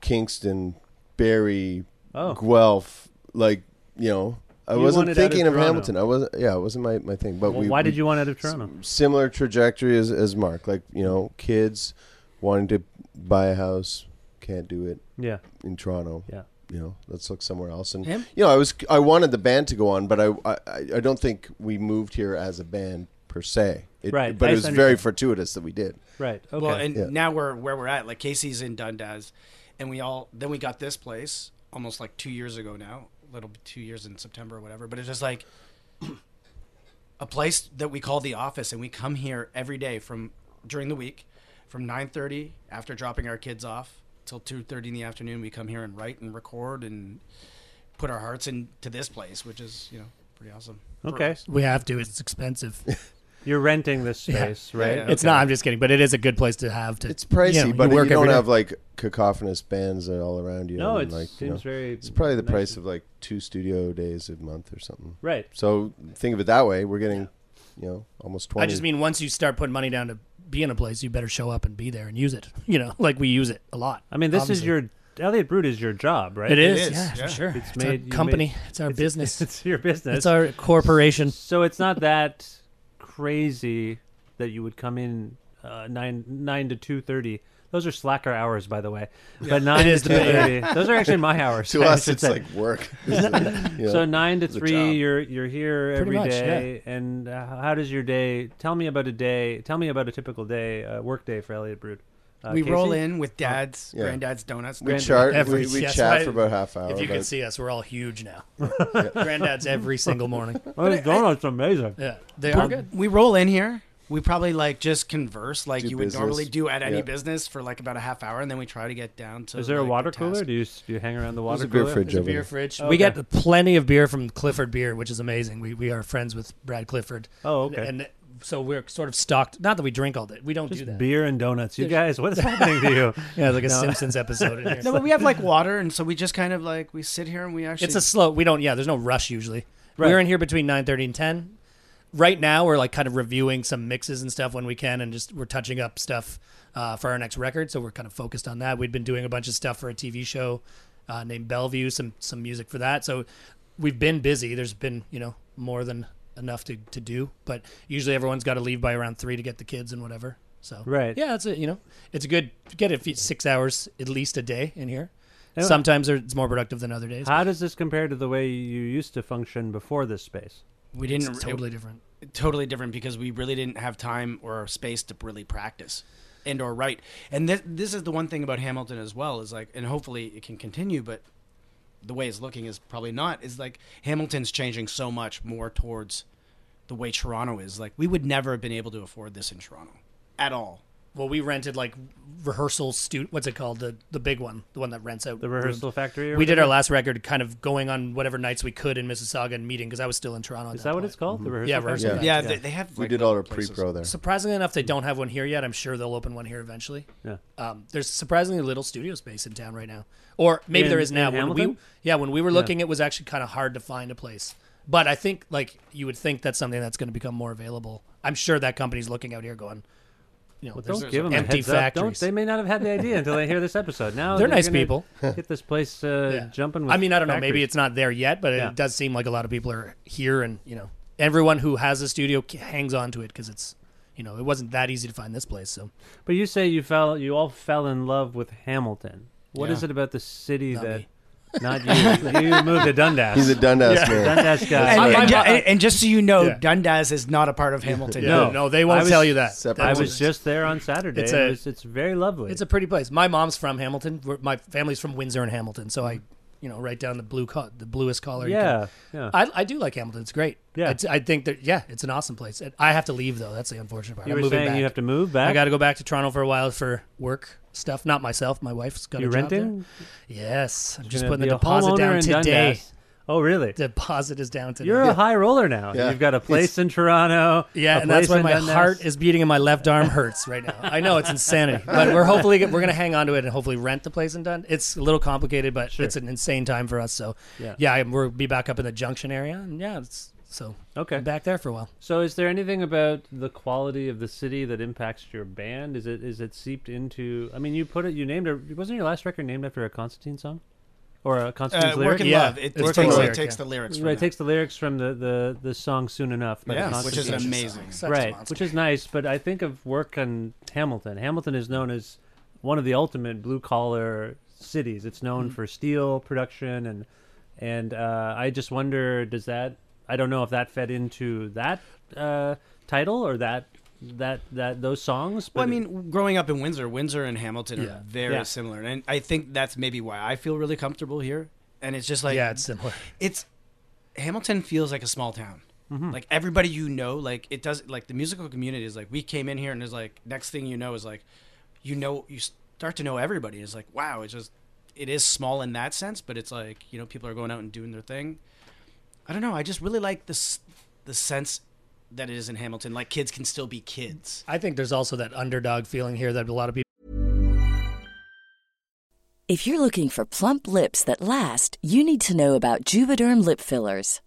S6: Kingston, Barry,
S1: Oh.
S6: Guelph, like you know. I
S1: You
S6: wasn't
S1: wanted out of
S6: thinking of,
S1: Toronto.
S6: Hamilton. I wasn't. Yeah, it wasn't my, my thing. But
S1: Well,
S6: we,
S1: why
S6: we-
S1: did you want out of Toronto?
S6: s- Similar trajectory as, as Mark. Like you know, kids wanting to buy a house can't do it.
S1: Yeah.
S6: In Toronto.
S1: Yeah.
S6: You know, let's look somewhere else. And
S1: Him?
S6: you know, I was I wanted the band to go on, but I I, I don't think we moved here as a band per se. It,
S1: Right,
S6: But
S1: I
S6: it was very
S1: understand.
S6: fortuitous that we did.
S1: Right.
S5: Well, and
S6: Yeah.
S5: now we're where we're at. Like Casey's in Dundas, and we all then we got this place almost like two years ago now, a little bit- two years in September or whatever. But it's just like a place that we call the office, and we come here every day from during the week, from nine thirty after dropping our kids off till two thirty in the afternoon. We come here and write and record and put our hearts into this place, which is you know pretty awesome. for
S1: Okay.
S5: us.
S4: We have to. It's expensive.
S1: You're renting this space,
S5: Yeah.
S1: right?
S5: Yeah,
S4: It's not. I'm just kidding. But it is a good place to have to.
S6: It's pricey,
S4: you know,
S6: but you,
S4: work every
S6: don't
S4: day.
S6: have like cacophonous bands that are all around you.
S1: No,
S6: and,
S1: it
S6: like, you
S1: seems very
S6: It's probably the
S1: nice
S6: price of like two studio days a month or something.
S1: Right.
S6: So think of it that way. We're getting, you know, almost twenty.
S4: I just mean once you start putting money down to be in a place, you better show up and be there and use it. You know, like we use it a lot.
S1: I mean, this is
S4: obviously.
S1: your Elliot Brood is your job, right?
S4: It is, It is, yeah, for yeah. sure.
S1: It's,
S4: It's our
S1: made you
S4: company.
S1: made-
S4: It's our business.
S1: It's your business.
S4: It's our corporation.
S1: So it's not that crazy that you would come in uh, nine nine to two thirty. Those are slacker hours, by the way. But nine
S4: It
S1: to
S4: is
S1: two
S4: the bit, yeah.
S1: thirty. Those are actually my hours.
S6: To
S1: I
S6: us,
S1: should
S6: it's
S1: say.
S6: like work. Yeah.
S1: so nine to
S6: It's a
S1: three,
S6: job.
S1: you're you're here
S4: Pretty
S1: every day.
S4: much,
S1: And uh, how does your day? Tell me about a day. Tell me about a typical day, uh, work day for Elliot Brood. Uh,
S5: we roll
S1: Casey?
S5: in with dad's
S6: Yeah.
S5: granddad's donuts.
S6: We chart.
S4: Every-
S6: we we
S4: yes,
S6: chat
S4: right.
S6: for about half hour.
S4: If you can
S6: about-
S4: see us, we're all huge now. Granddad's every single morning.
S1: Oh, those donuts are amazing.
S4: Yeah, they
S5: But
S4: are good.
S5: We roll in here. We probably like just converse like
S6: Do
S5: you would
S6: business.
S5: normally do at any
S6: Yeah.
S5: business for like about a half hour, and then we try to get down to.
S1: Is there a
S5: like,
S1: water
S5: the
S1: cooler?
S5: task.
S1: Do you s- do you hang around the
S6: There's
S1: water
S6: a beer
S1: cooler?
S6: fridge over
S4: Beer
S6: there.
S4: fridge.
S1: Oh,
S4: We
S1: okay.
S4: get plenty of beer from Clifford Beer, which is amazing. We we are friends with Brad Clifford.
S1: Oh, okay.
S4: And so we're sort of stocked. Not that we drink all day. We don't
S1: Just
S4: do that.
S1: beer and donuts. You guys, what is happening to you?
S4: Yeah, like a
S1: No.
S4: Simpsons episode. In here.
S5: No, but we have like water, and so we just kind of like we sit here and we actually.
S4: It's a slow. We don't. Yeah, there's no rush usually.
S1: Right.
S4: We're in here between nine thirty and ten. Right now, we're like kind of reviewing some mixes and stuff when we can, and just we're touching up stuff uh, for our next record. So we're kind of focused on that. We've been doing a bunch of stuff for a TV show uh, named Bellevue, some some music for that. So we've been busy. There's been you know more than enough to, to do, but usually everyone's got to leave by around three to get the kids and whatever. So
S1: Right.
S4: yeah, it's a you know it's a good get a few, six hours at least a day in here.
S1: Yeah.
S4: Sometimes they're- it's more productive than other days.
S1: How does this compare to the way you used to function before this space?
S5: we didn't
S4: It's totally different.
S5: it- totally different because we really didn't have time or space to really practice and or write. And this this is the one thing about Hamilton as well is like, and hopefully it can continue, but the way it's looking is probably not. Is like Hamilton's changing so much more towards the way Toronto is. Like we would never have been able to afford this in Toronto at all.
S4: Well, we rented like rehearsal stu. What's it called? The the big one, the one that rents out
S1: The rehearsal
S4: room.
S1: factory? Or
S4: We did our
S1: whatever?
S4: last record, kind of going on whatever nights we could in Mississauga and meeting because I was still in Toronto. at
S1: Is that what
S4: point.
S1: it's called? The rehearsal.
S4: Mm-hmm. Yeah,
S1: factory?
S4: rehearsal.
S6: Yeah.
S4: Yeah.
S5: Yeah, They, they have.
S6: We
S5: like,
S6: did all our
S5: places.
S6: pre-pro there.
S4: Surprisingly enough, they don't have one here yet. I'm sure they'll open one here eventually.
S1: Yeah.
S4: Um, there's surprisingly little studio space in town right now, or maybe
S1: In-
S4: there is now.
S1: in
S4: When we,
S1: Hamilton?
S4: yeah, when we were looking, it was actually kind of hard to find a place. But I think like you would think that's something that's going to become more available. I'm sure that company's looking out here going, you know,
S1: Well,
S4: there's
S1: don't give them a
S4: empty
S1: heads up. Don't,
S4: factories.
S1: they may not have had the idea until they hear this episode. Now
S4: They're nice
S1: gonna
S4: people.
S1: Get this place uh,
S4: Yeah.
S1: jumping. With
S4: I mean, I don't know. Maybe
S1: factories.
S4: it's not there yet, but
S1: Yeah.
S4: it does seem like a lot of people are here, and you know, everyone who has a studio c- hangs on to it because it's, you know, it wasn't that easy to find this place. So
S1: But you say you fell, you all fell in love with Hamilton. What is
S5: Yeah.
S1: it about the city
S4: Not
S1: that?
S4: me.
S1: Not you. You moved to Dundas.
S6: He's a Dundas
S1: Yeah.
S6: man.
S1: Dundas guy.
S5: And,
S6: That's right.
S5: and, ju- and- and just so you know,
S1: Yeah.
S5: Dundas is not a part of Hamilton.
S1: No, I was- I
S4: That's
S1: was
S4: it.
S1: just there on Saturday.
S4: It's
S1: It's,
S4: a-
S1: it was, it's very lovely.
S4: It's a pretty place. My mom's from Hamilton. We're- My family's from Windsor and Hamilton, so I, you know, right down the blue, co- the bluest collar. you
S1: Yeah,
S4: can-
S1: yeah.
S4: I, I do like Hamilton. It's great.
S1: Yeah.
S4: It's, I think that yeah, it's an awesome place. And I have to leave though. That's the unfortunate part.
S1: You
S4: I'm
S1: were
S4: moving
S1: saying
S4: back.
S1: you have to move back?
S4: I got to go back to Toronto for a while for work stuff. Not myself. My wife's got
S1: You
S4: a job there.
S1: renting?
S4: Yes, I'm
S1: You're
S4: just
S1: gonna
S4: putting the
S1: be a
S4: deposit
S1: homeowner
S4: down
S1: in
S4: today.
S1: Dundas. Oh, really?
S4: Deposit is down today.
S1: You're a high roller now.
S4: Yeah.
S1: You've got a place in Toronto.
S4: Yeah,
S1: a
S4: and that's
S1: place
S4: why
S1: in
S4: my
S1: Dundas.
S4: heart is beating and my left arm hurts right now. I know it's insanity, but we're hopefully we're going to hang on to it and hopefully rent the place in Dundas. It's a little complicated, but
S1: Sure.
S4: it's an insane time for us. So
S1: Yeah.
S4: yeah, I- we'll be back up in the Junction area, and yeah, it's, so
S1: Okay.
S4: I'm back there for a while.
S1: So, is there anything about the quality of the city that impacts your band? Is it is it seeped into? I mean, you put it. You named it. Wasn't your last record named after a Constantine song, or a Constantine
S5: Uh,
S1: lyric?
S5: Work in Yeah. Love. It- it
S1: Work
S5: takes-
S1: in
S5: it
S1: Love.
S5: takes the lyrics from
S1: Right,
S5: that.
S1: it takes the lyrics from the the, the song "Soon Enough." by the
S5: Yes. Which is
S1: Constantines.
S5: amazing. Such a
S1: Right,
S5: monster.
S1: which is nice. But I think of work on Hamilton. Hamilton is known as one of the ultimate blue collar cities. It's known
S5: Mm-hmm.
S7: Mhm.
S1: for steel production and and uh, I just wonder does that I don't know if that fed into that uh, title or that that that those songs.
S5: Well, I
S1: but it-
S5: mean, growing up in Windsor, Windsor and Hamilton
S1: Yeah.
S5: are very
S1: Yeah.
S5: similar, and I think that's maybe why I feel really comfortable here. And it's just like
S4: Yeah, it's similar.
S5: It's Hamilton feels like a small town.
S1: Mm-hmm.
S4: Mhm.
S5: Like everybody you know, like it does. Like the musical community is like we came in here, and it's like next thing you know is like you know you start to know everybody. It's like wow, it's just it is small in that sense, but it's like you know people are going out and doing their thing. I don't know. I just really like this the sense that it is in Hamilton. Like kids can still be kids.
S4: I think there's also that underdog feeling here that a lot of people.
S8: If you're looking for plump lips that last, you need to know about Juvederm lip fillers.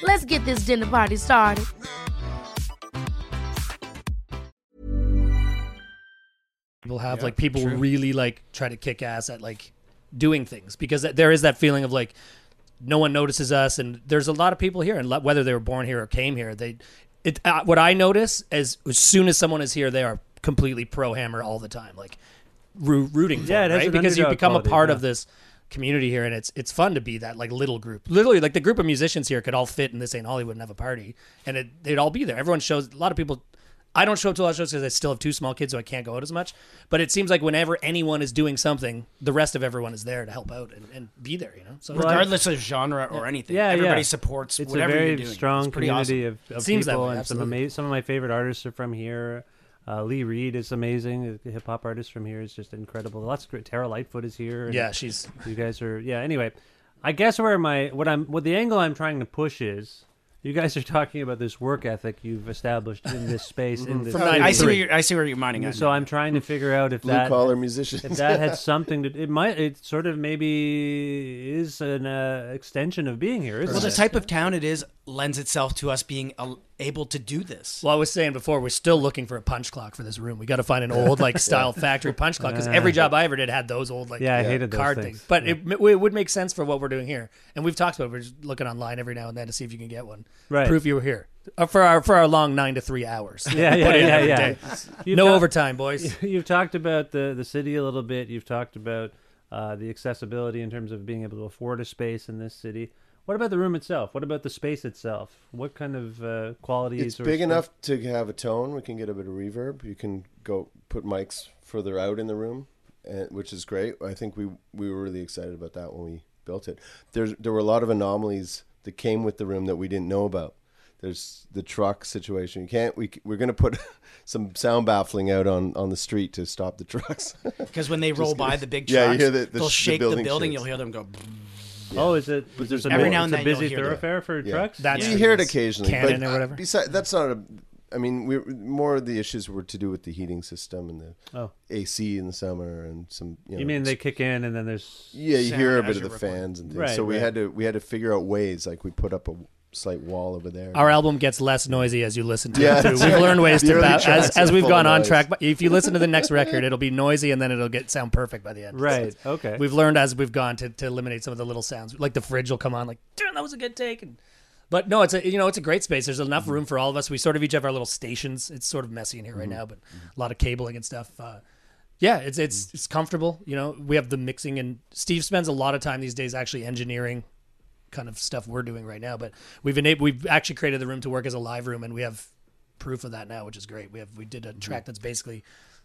S9: Let's get this dinner party started.
S4: people have
S9: Yeah,
S4: like people
S9: true.
S4: really like try to kick ass at like doing things because th- there is that feeling of like no one notices us and there's a lot of people here and le- whether they were born here or came here they it uh, what i notice is as soon as someone is here they are completely pro hammer all the time like roo- rooting for
S1: Yeah,
S4: it,
S1: it has
S4: right
S1: an
S4: because you
S1: underdog
S4: become
S1: quality,
S4: a part
S1: yeah.
S4: of this community here and it's it's fun to be that like little group literally like the group of musicians here could all fit in this ain't hollywood and have a party and it, they'd all be there everyone shows a lot of people I don't show up to a lot of shows because I still have two small kids, so I can't go out as much. But it seems like whenever anyone is doing something, the rest of everyone is there to help out and, and be there. You know, so
S5: regardless of genre or anything.
S1: Yeah,
S5: everybody
S1: yeah.
S5: supports
S1: It's
S5: whatever
S1: a very
S5: you're doing.
S1: strong
S5: it's pretty
S1: community
S5: awesome.
S1: of, of
S5: Seems that
S1: people, and
S5: way,
S1: some
S5: absolutely.
S1: amazing. Some of my favorite artists are from here. Uh, Lee Reed is amazing. The hip hop artist from here is just incredible. Lots of great. Tara Lightfoot is here. and
S4: Yeah, she's-
S1: You guys are. Yeah. Anyway, I guess where my what I'm what the angle I'm trying to push is You guys are talking about this work ethic you've established in this space. in
S5: Mhm.
S1: this
S5: From nine to I see
S1: three.
S5: where you're- I see where you're mining at.
S1: So I'm trying to figure out if that
S6: Blue-collar musicians.
S1: if that had something to. It might. It sort of maybe is an uh, extension of being here. Isn't
S5: Well, the
S1: it?
S5: type of town it is lends itself to us being al- able to do this.
S4: Well, I was saying before, we're still looking for a punch clock for this room. We got to find an old like style
S5: Yeah.
S4: factory punch clock because
S1: Ah.
S4: every job I ever did had those old like
S1: Yeah, I hated those
S4: card
S1: things.
S4: But it, it would make sense for what we're doing here, and we've talked about. It. We're just looking online every now and then to see if you can get one.
S1: Right.
S4: Proof you were here Uh, for our for our long nine to three hours. that
S1: Yeah,
S4: we
S1: yeah,
S4: put in
S1: yeah,
S4: every
S1: yeah.
S4: day.
S1: You've
S4: No
S1: talked-
S4: overtime, boys.
S1: You've talked about the the city a little bit. You've talked about uh, the accessibility in terms of being able to afford a space in this city. What about the room itself? What about the space itself? What kind of uh, qualities?
S6: It's
S1: or
S6: big
S1: spe-
S6: enough to have a tone. We can get a bit of reverb. You can go put mics further out in the room, and, which is great. I think we we were really excited about that when we built it. There's there were a lot of anomalies that came with the room that we didn't know about. There's the truck situation. You can't. We c- we're gonna put some sound baffling out on on the street to stop the trucks.
S5: Because when they
S6: Just
S5: roll by
S6: kidding.
S5: the big
S6: Yeah,
S5: trucks,
S6: you hear the, the
S5: they'll
S6: sh-
S5: shake the building.
S6: building shakes.
S5: you'll hear them go.
S1: Oh, is it?
S6: But
S1: Is
S6: there's
S1: it
S6: a
S1: every
S6: noise.
S1: now and
S6: It's
S1: then
S6: a
S1: busy thoroughfare for trucks.
S6: we hear it occasionally.
S4: Canon
S6: but
S4: or whatever.
S6: Besides, that's not a. I mean, we more of the issues were to do with the heating system and the
S1: Oh.
S6: AC in the summer and some. You, know,
S1: You mean they kick in and then there's
S6: Yeah, you hear a
S1: sound
S6: bit
S1: as
S6: of the
S1: you're recording.
S6: fans and things.
S1: Right,
S6: so we
S1: right.
S6: had to we had to figure out ways. Like we put up a slight wall over there.
S4: Our album gets less noisy as you listen to
S6: Yeah,
S4: it. Too.
S6: that's
S4: We've
S6: right.
S4: learned ways
S6: The
S4: to
S6: early
S4: bow, as,
S6: tracks
S4: as
S6: are
S4: we've
S6: full of
S4: gone on
S6: noise.
S4: track. But if you listen to the next record, it'll be noisy and then it'll get sound perfect by the end.
S1: Right, okay.
S4: We've learned as we've gone to, to eliminate some of the little sounds. Like the fridge will come on like, damn, that was a good take. And, but no, it's a you know it's a great space. There's
S6: Mm-hmm.
S4: enough room for all of us. We sort of each have our little stations. It's sort of messy in here right
S6: Mm-hmm.
S7: Mhm.
S4: now, but a lot of cabling and stuff. Uh, yeah, it's
S6: Mm-hmm.
S4: it's it's comfortable. You know, we have the mixing, and Steve spends a lot of time these days actually engineering kind of stuff we're doing right now. But we've enabled, we've actually created the room to work as a live room, and we have proof of that now, which is great. We have we did a
S6: Mm-hmm.
S4: track that's basically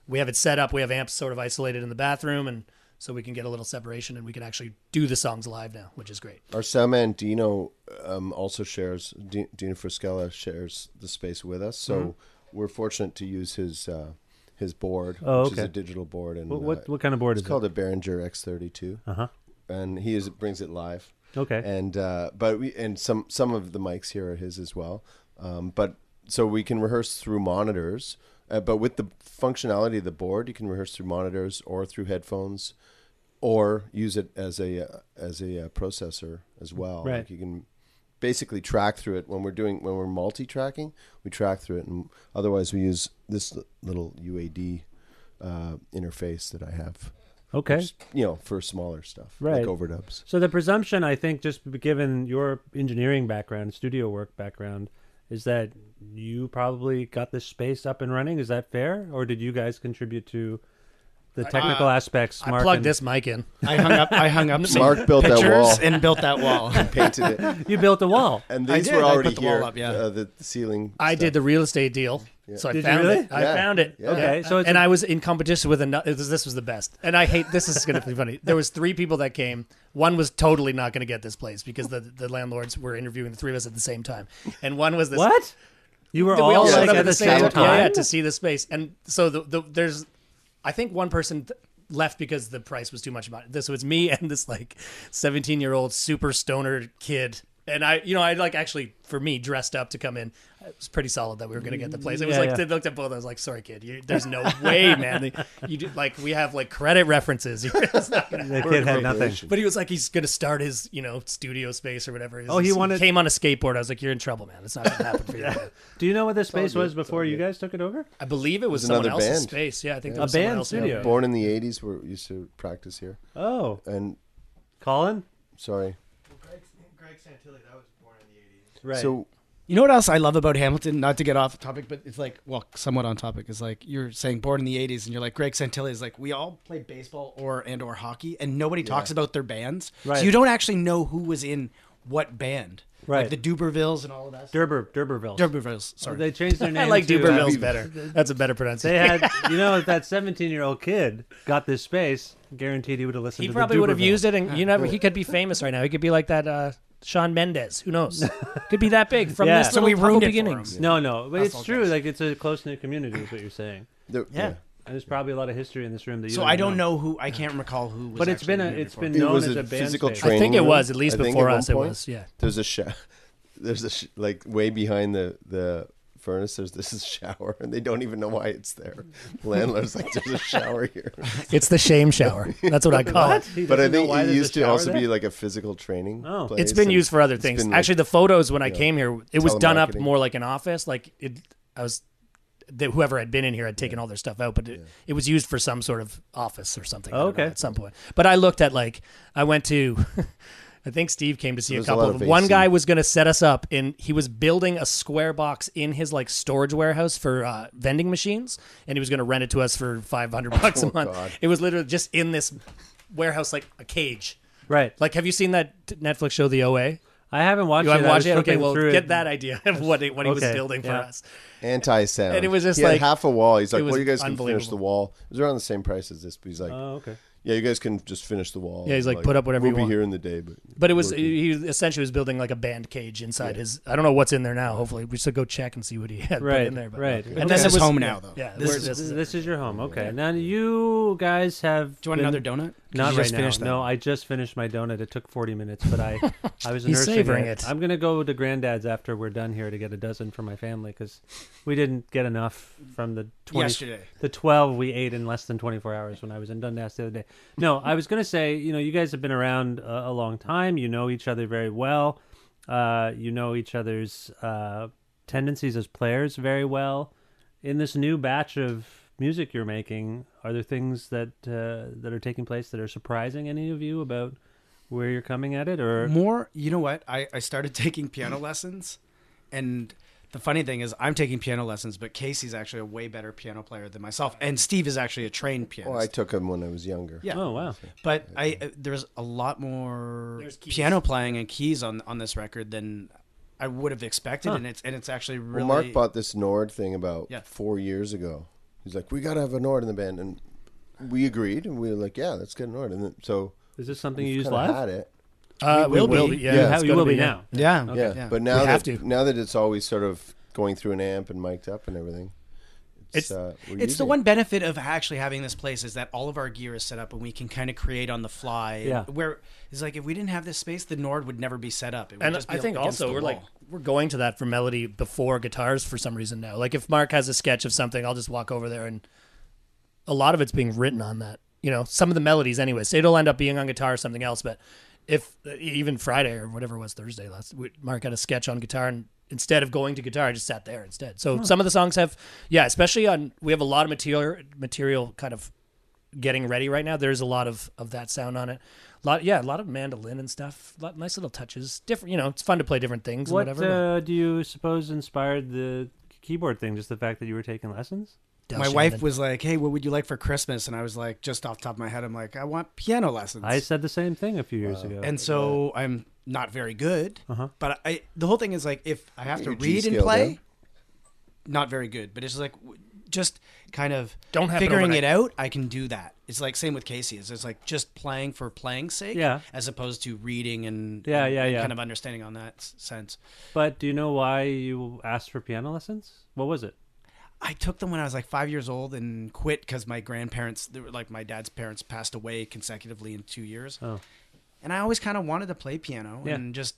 S4: we have it set up. We have amps sort of isolated in the bathroom, and so we can get a little separation, and we can actually do the songs live now, which is great.
S6: Our sound man Dino um, also shares D- Dino Friscella shares the space with us. So
S1: Mhm.
S6: we're fortunate to use his uh, his board,
S1: Oh,
S6: which is
S1: okay.
S6: a digital board. And
S1: What-
S6: uh,
S1: what- what kind of board
S6: It's
S1: is it?
S6: called a Behringer X32.
S1: Uh-huh.
S6: And he is, brings it live.
S1: Okay.
S6: And uh, but we and some some of the mics here are his as well. Um, but so we can rehearse through monitors. Uh, but with the functionality of the board, you can rehearse through monitors or through headphones, or use it as a uh, as a uh, processor as well.
S1: Right.
S6: Like you can basically track through it when we're doing when we're multi-tracking. We track through it, and otherwise we use this l- little UAD uh, interface that I have.
S1: Okay.
S6: which, you know, for smaller stuff,
S1: right
S6: Like overdubs.
S1: So the presumption, I think, just given your engineering background, studio work background, is that you probably got this space up and running. Is that fair, or did you guys contribute to the technical aspects?
S4: I
S1: Mark
S4: plugged
S1: and-
S4: this mic in.
S5: I hung up. I hung up. Some pictures and built that wall.
S1: you built a wall,
S6: And
S4: I
S6: these
S4: did.
S6: were
S4: I
S6: already
S4: put the
S6: here.
S4: wall up, yeah.
S6: uh, the, the ceiling.
S4: I did the real estate deal.
S6: Yeah.
S4: So I
S6: Did you
S4: found
S6: really?
S4: it. I
S6: Yeah.
S4: found it.
S6: Yeah. Okay,
S1: so it's
S4: and
S1: a-
S4: I was in competition with another. This, this was the best. And I hate this. Is going to be funny. There was three people that came. One was totally not going to get this place because the the landlords were interviewing the three of us at the same time. And one was this.
S1: What? You were
S4: That we
S1: all,
S4: showed
S1: like,
S4: up
S1: at the same
S4: Yeah, yeah,
S1: time?
S4: to see the space. And so the, the there's, I think one person. th- Left because the price was too much money. This was me and this like seventeen year old super stoner kid, and I, you know, I like actually for me dressed up to come in. It was pretty solid that we were going to get the place. It was
S1: Yeah,
S4: like
S1: yeah.
S4: they looked at both. I was like, "Sorry, kid, you, there's no way, man. You do, like we have like credit references. It's not gonna
S1: The
S4: happen."
S1: kid had nothing.
S4: But he was like, he's going to start his, you know, studio space or whatever.
S1: Oh, he wanted-
S4: came on a skateboard. I was like, "You're in trouble, man. It's not going to happen for you."
S1: Do you know what this
S4: all
S1: space
S4: good.
S1: was before you guys took it over?
S4: I believe it was,
S6: It was
S4: someone
S6: another
S4: else's
S6: band.
S4: space. Yeah, I think
S1: Yeah.
S4: there was
S1: A band
S4: someone else in
S1: studio.
S4: there.
S6: Born in the '80s, we used to practice here.
S1: Oh.
S6: And
S1: Colin,
S6: sorry.
S1: Right.
S6: So-
S5: you know what else I love about Hamilton? Not to get off topic, but it's like well, somewhat on topic. Is like you're saying born in the '80s, and you're like Greg Santilli is like we all play baseball or and or hockey, and nobody talks
S4: Yeah.
S5: about their bands,
S1: Right.
S5: so you don't actually know who was in what band.
S1: Right.
S5: Like the Dubervilles and all of that.
S1: Durber, Durberville.
S5: Durbervilles. Sorry,
S1: They changed their name.
S4: I like
S1: to-
S4: Dubervilles better. That's a better
S1: They
S4: pronunciation.
S1: had, you know, if that 17 year old kid got this space, guaranteed he would have listened
S4: he
S1: to
S4: probably
S1: the
S4: would have
S1: Dubervilles.
S4: used it, and you never. He could be famous right now. He could be like that uh, Sean Mendez. Who knows? Could be that big from
S1: Yeah.
S4: this. little humble beginnings.
S1: No, no, but
S4: That's
S1: it's
S4: all
S1: true. Like it's a close knit community, is what you're saying.
S6: There-
S5: Yeah. yeah.
S1: and there's probably a lot of history in this room that you.
S5: So I don't know who I can't recall who. was
S1: But it's
S5: actually
S1: been a-
S5: in it
S1: it's
S5: before.
S1: been It known was as a a band
S6: physical
S1: space.
S6: training.
S4: I think it
S6: room,
S4: was, at least
S6: I think
S4: before
S6: at one
S4: us, it
S6: point.
S4: was, yeah.
S6: There's a sha- there's a sh- like way behind the the furnace. There's this shower, and they don't even know why it's there. The landlord's like, "There's a shower here."
S4: It's the shame shower. That's what I call
S6: What?
S4: it. He
S6: But I
S4: doesn't know
S6: think
S4: why
S6: it
S4: there's a
S6: used to
S4: shower
S6: also
S4: there?
S6: be like a physical training.
S4: Oh.
S6: place,
S4: It's been used for other
S6: it's
S4: things.
S6: been,
S4: Actually, the photos when I
S6: yeah,
S4: came here, it was done up
S6: telemarketing.
S4: more like an office. Like it, I was that whoever had been in here had taken all their stuff out, but it, it was used for some sort of office or something. I don't
S1: Okay.
S4: know, at some point. But I looked at like I went to. I think Steve came to see a
S1: There's a
S4: couple
S1: lot
S4: of
S1: of
S4: them. One
S1: AC.
S4: guy was going to set us up, and he was building a square box in his like storage warehouse for uh, vending machines, and he was going to rent it to us for five hundred bucks
S1: Oh,
S4: a month.
S1: God.
S4: It was literally just in this warehouse, like a cage.
S1: Right.
S4: Like, have you seen that t- Netflix show, The OA?
S1: I haven't watched
S4: you
S1: it.
S4: haven't
S1: I
S4: watched
S1: was
S4: it. Okay,
S1: flipping
S4: well,
S1: through
S4: get
S1: it.
S4: that idea of what it, what he was
S1: Okay,
S4: building
S1: yeah.
S4: for us.
S6: anti sound.
S4: And it was just
S6: he had
S4: like-
S6: half a wall. He's
S4: it
S6: like,
S4: was
S6: "Well, you guys can finish
S4: unbelievable.
S6: the wall." It was around the same price as this, but he's like,
S4: Oh, okay.
S6: Yeah, you guys can just finish the wall.
S4: Yeah, he's like, put up whatever
S6: we'll
S4: you
S6: be
S4: want."
S6: here in the day, but
S4: But it was
S6: we're-
S4: he essentially was building like a band cage inside his. I don't know what's in there now. Hopefully, we should go check and see what he had put
S1: Right,
S4: in there. But,
S1: right.
S4: And
S1: Okay.
S4: then
S1: This
S4: it
S1: is
S4: was-
S1: home
S4: yeah,
S1: now, though.
S4: Yeah,
S1: This
S4: we're-
S1: is-
S4: this is it.
S1: this is your home. Okay. Now you guys have.
S5: Do you want another donut? 'Cause
S1: Not
S5: you
S1: right
S5: just
S1: now.
S5: finished that
S1: No,
S5: one.
S1: I just finished my donut. It took forty minutes, but I, I was
S4: He's
S1: nursing
S4: savoring it.
S1: I'm gonna go to Granddad's after we're done here to get a dozen for my family because we didn't get enough from the 20,
S5: Yesterday.
S1: The twelve we ate in less than twenty four hours when I was in Dundas the other day. No, I was gonna say, you know, you guys have been around a, a long time. You know each other very well. Uh, you know each other's uh, tendencies as players very well in this new batch of music you're making, are there things that uh, that are taking place that are surprising any of you about where you're coming at it, or
S5: more you know what I, I started taking piano lessons and the funny thing is i'm taking piano lessons but casey's actually a way better piano player than myself and steve is actually a trained
S6: Oh,
S5: pianist
S6: I oh. took him when I was younger.
S5: yeah
S1: oh, wow
S5: but i uh, there's a lot more piano playing and keys on on this record than i would have expected
S6: Huh.
S5: and it's and it's actually
S6: Well,
S5: really
S6: Mark bought this Nord thing about
S5: Yeah.
S6: four years ago. He's like, "We got to have a Nord in the band," and we agreed, and we were like, "Yeah, let's get a Nord." And then, so,
S1: is this something
S6: we've
S1: you use
S6: kinda
S1: live?
S6: Had it.
S4: Uh, we will will be. be. Yeah, it's
S1: you
S4: gonna
S1: will be
S4: be, yeah.
S1: now.
S5: Yeah.
S1: Okay.
S6: yeah.
S5: Yeah.
S6: But
S5: We
S6: now
S5: have
S6: that now that it's always sort of going through an amp and mic'd up and everything, it's uh, we're
S5: it's the
S6: using it.
S5: one benefit of actually having this place is that all of our gear is set up and we can kind of create on the fly.
S4: Yeah.
S5: Where it's like if we didn't have this space, the Nord would never be set up. It would
S4: and
S5: just be
S4: I think
S5: against
S4: also
S5: the
S4: we're like
S5: wall.
S4: we're going to that for melody before guitars for some reason now. Like if Mark has a sketch of something, I'll just walk over there and a lot of it's being written on that. You know, some of the melodies anyway. So it'll end up being on guitar or something else. But if e-, even Friday or whatever it was Thursday last, we- Mark had a sketch on guitar and instead of going to guitar, I just sat there instead. So
S1: Huh.
S4: some of the songs have, yeah, especially on we have a lot of material material kind of getting ready right now. There's a lot of of that sound on it. A lot, yeah, a lot of mandolin and stuff. Lot, nice little touches. Different, you know, it's fun to play different things.
S1: What
S4: and whatever.
S1: uh, do you suppose inspired the keyboard thing? Just the fact that you were taking lessons.
S4: Oh,
S5: My wife was like, "Hey, what would you like for Christmas?" And I was like, just off the top of my head, I'm like, "I want piano lessons."
S1: I said the same thing a few years ago,
S5: and so I'm not very good.
S1: Uh-huh.
S5: But I, the whole thing is like, if I have to
S1: Your G
S5: read and
S1: scale
S5: play,
S1: down.
S5: not very good. But it's like, w- just kind of
S4: Don't happen
S5: figuring
S4: overnight.
S5: it out. I can do that. It's like same with Casey. It's just like just playing for playing's sake,
S1: Yeah.
S5: as opposed to reading and
S1: Yeah,
S5: and-
S1: yeah,
S5: and
S1: yeah.
S5: kind of understanding on that s- sense.
S1: but do you know why you asked for piano lessons? What was it?
S5: I took them when I was like five years old and quit because my grandparents, they were like my dad's parents, passed away consecutively in two years.
S1: Oh.
S5: And I always kind of wanted to play piano
S1: Yeah.
S5: and just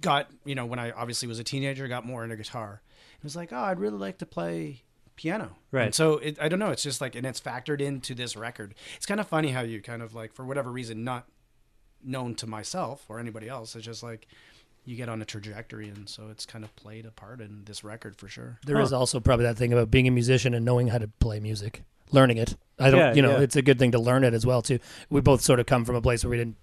S5: got, you know, when I obviously was a teenager, got more into guitar. It was like, oh, I'd really like to play piano.
S1: Right.
S5: And so it, I don't know. It's just like, and it's factored into this record. It's kind of funny how you kind of like, for whatever reason, not known to myself or anybody else. It's just like you get on a trajectory. And so it's kind of played a part in this record for sure.
S4: There
S1: Oh.
S4: is also probably that thing about being a musician and knowing how to play music, learning it. I don't,
S1: Yeah,
S4: you know,
S1: yeah.
S4: it's a good thing to learn it as well too. We both sort of come from a place where we didn't.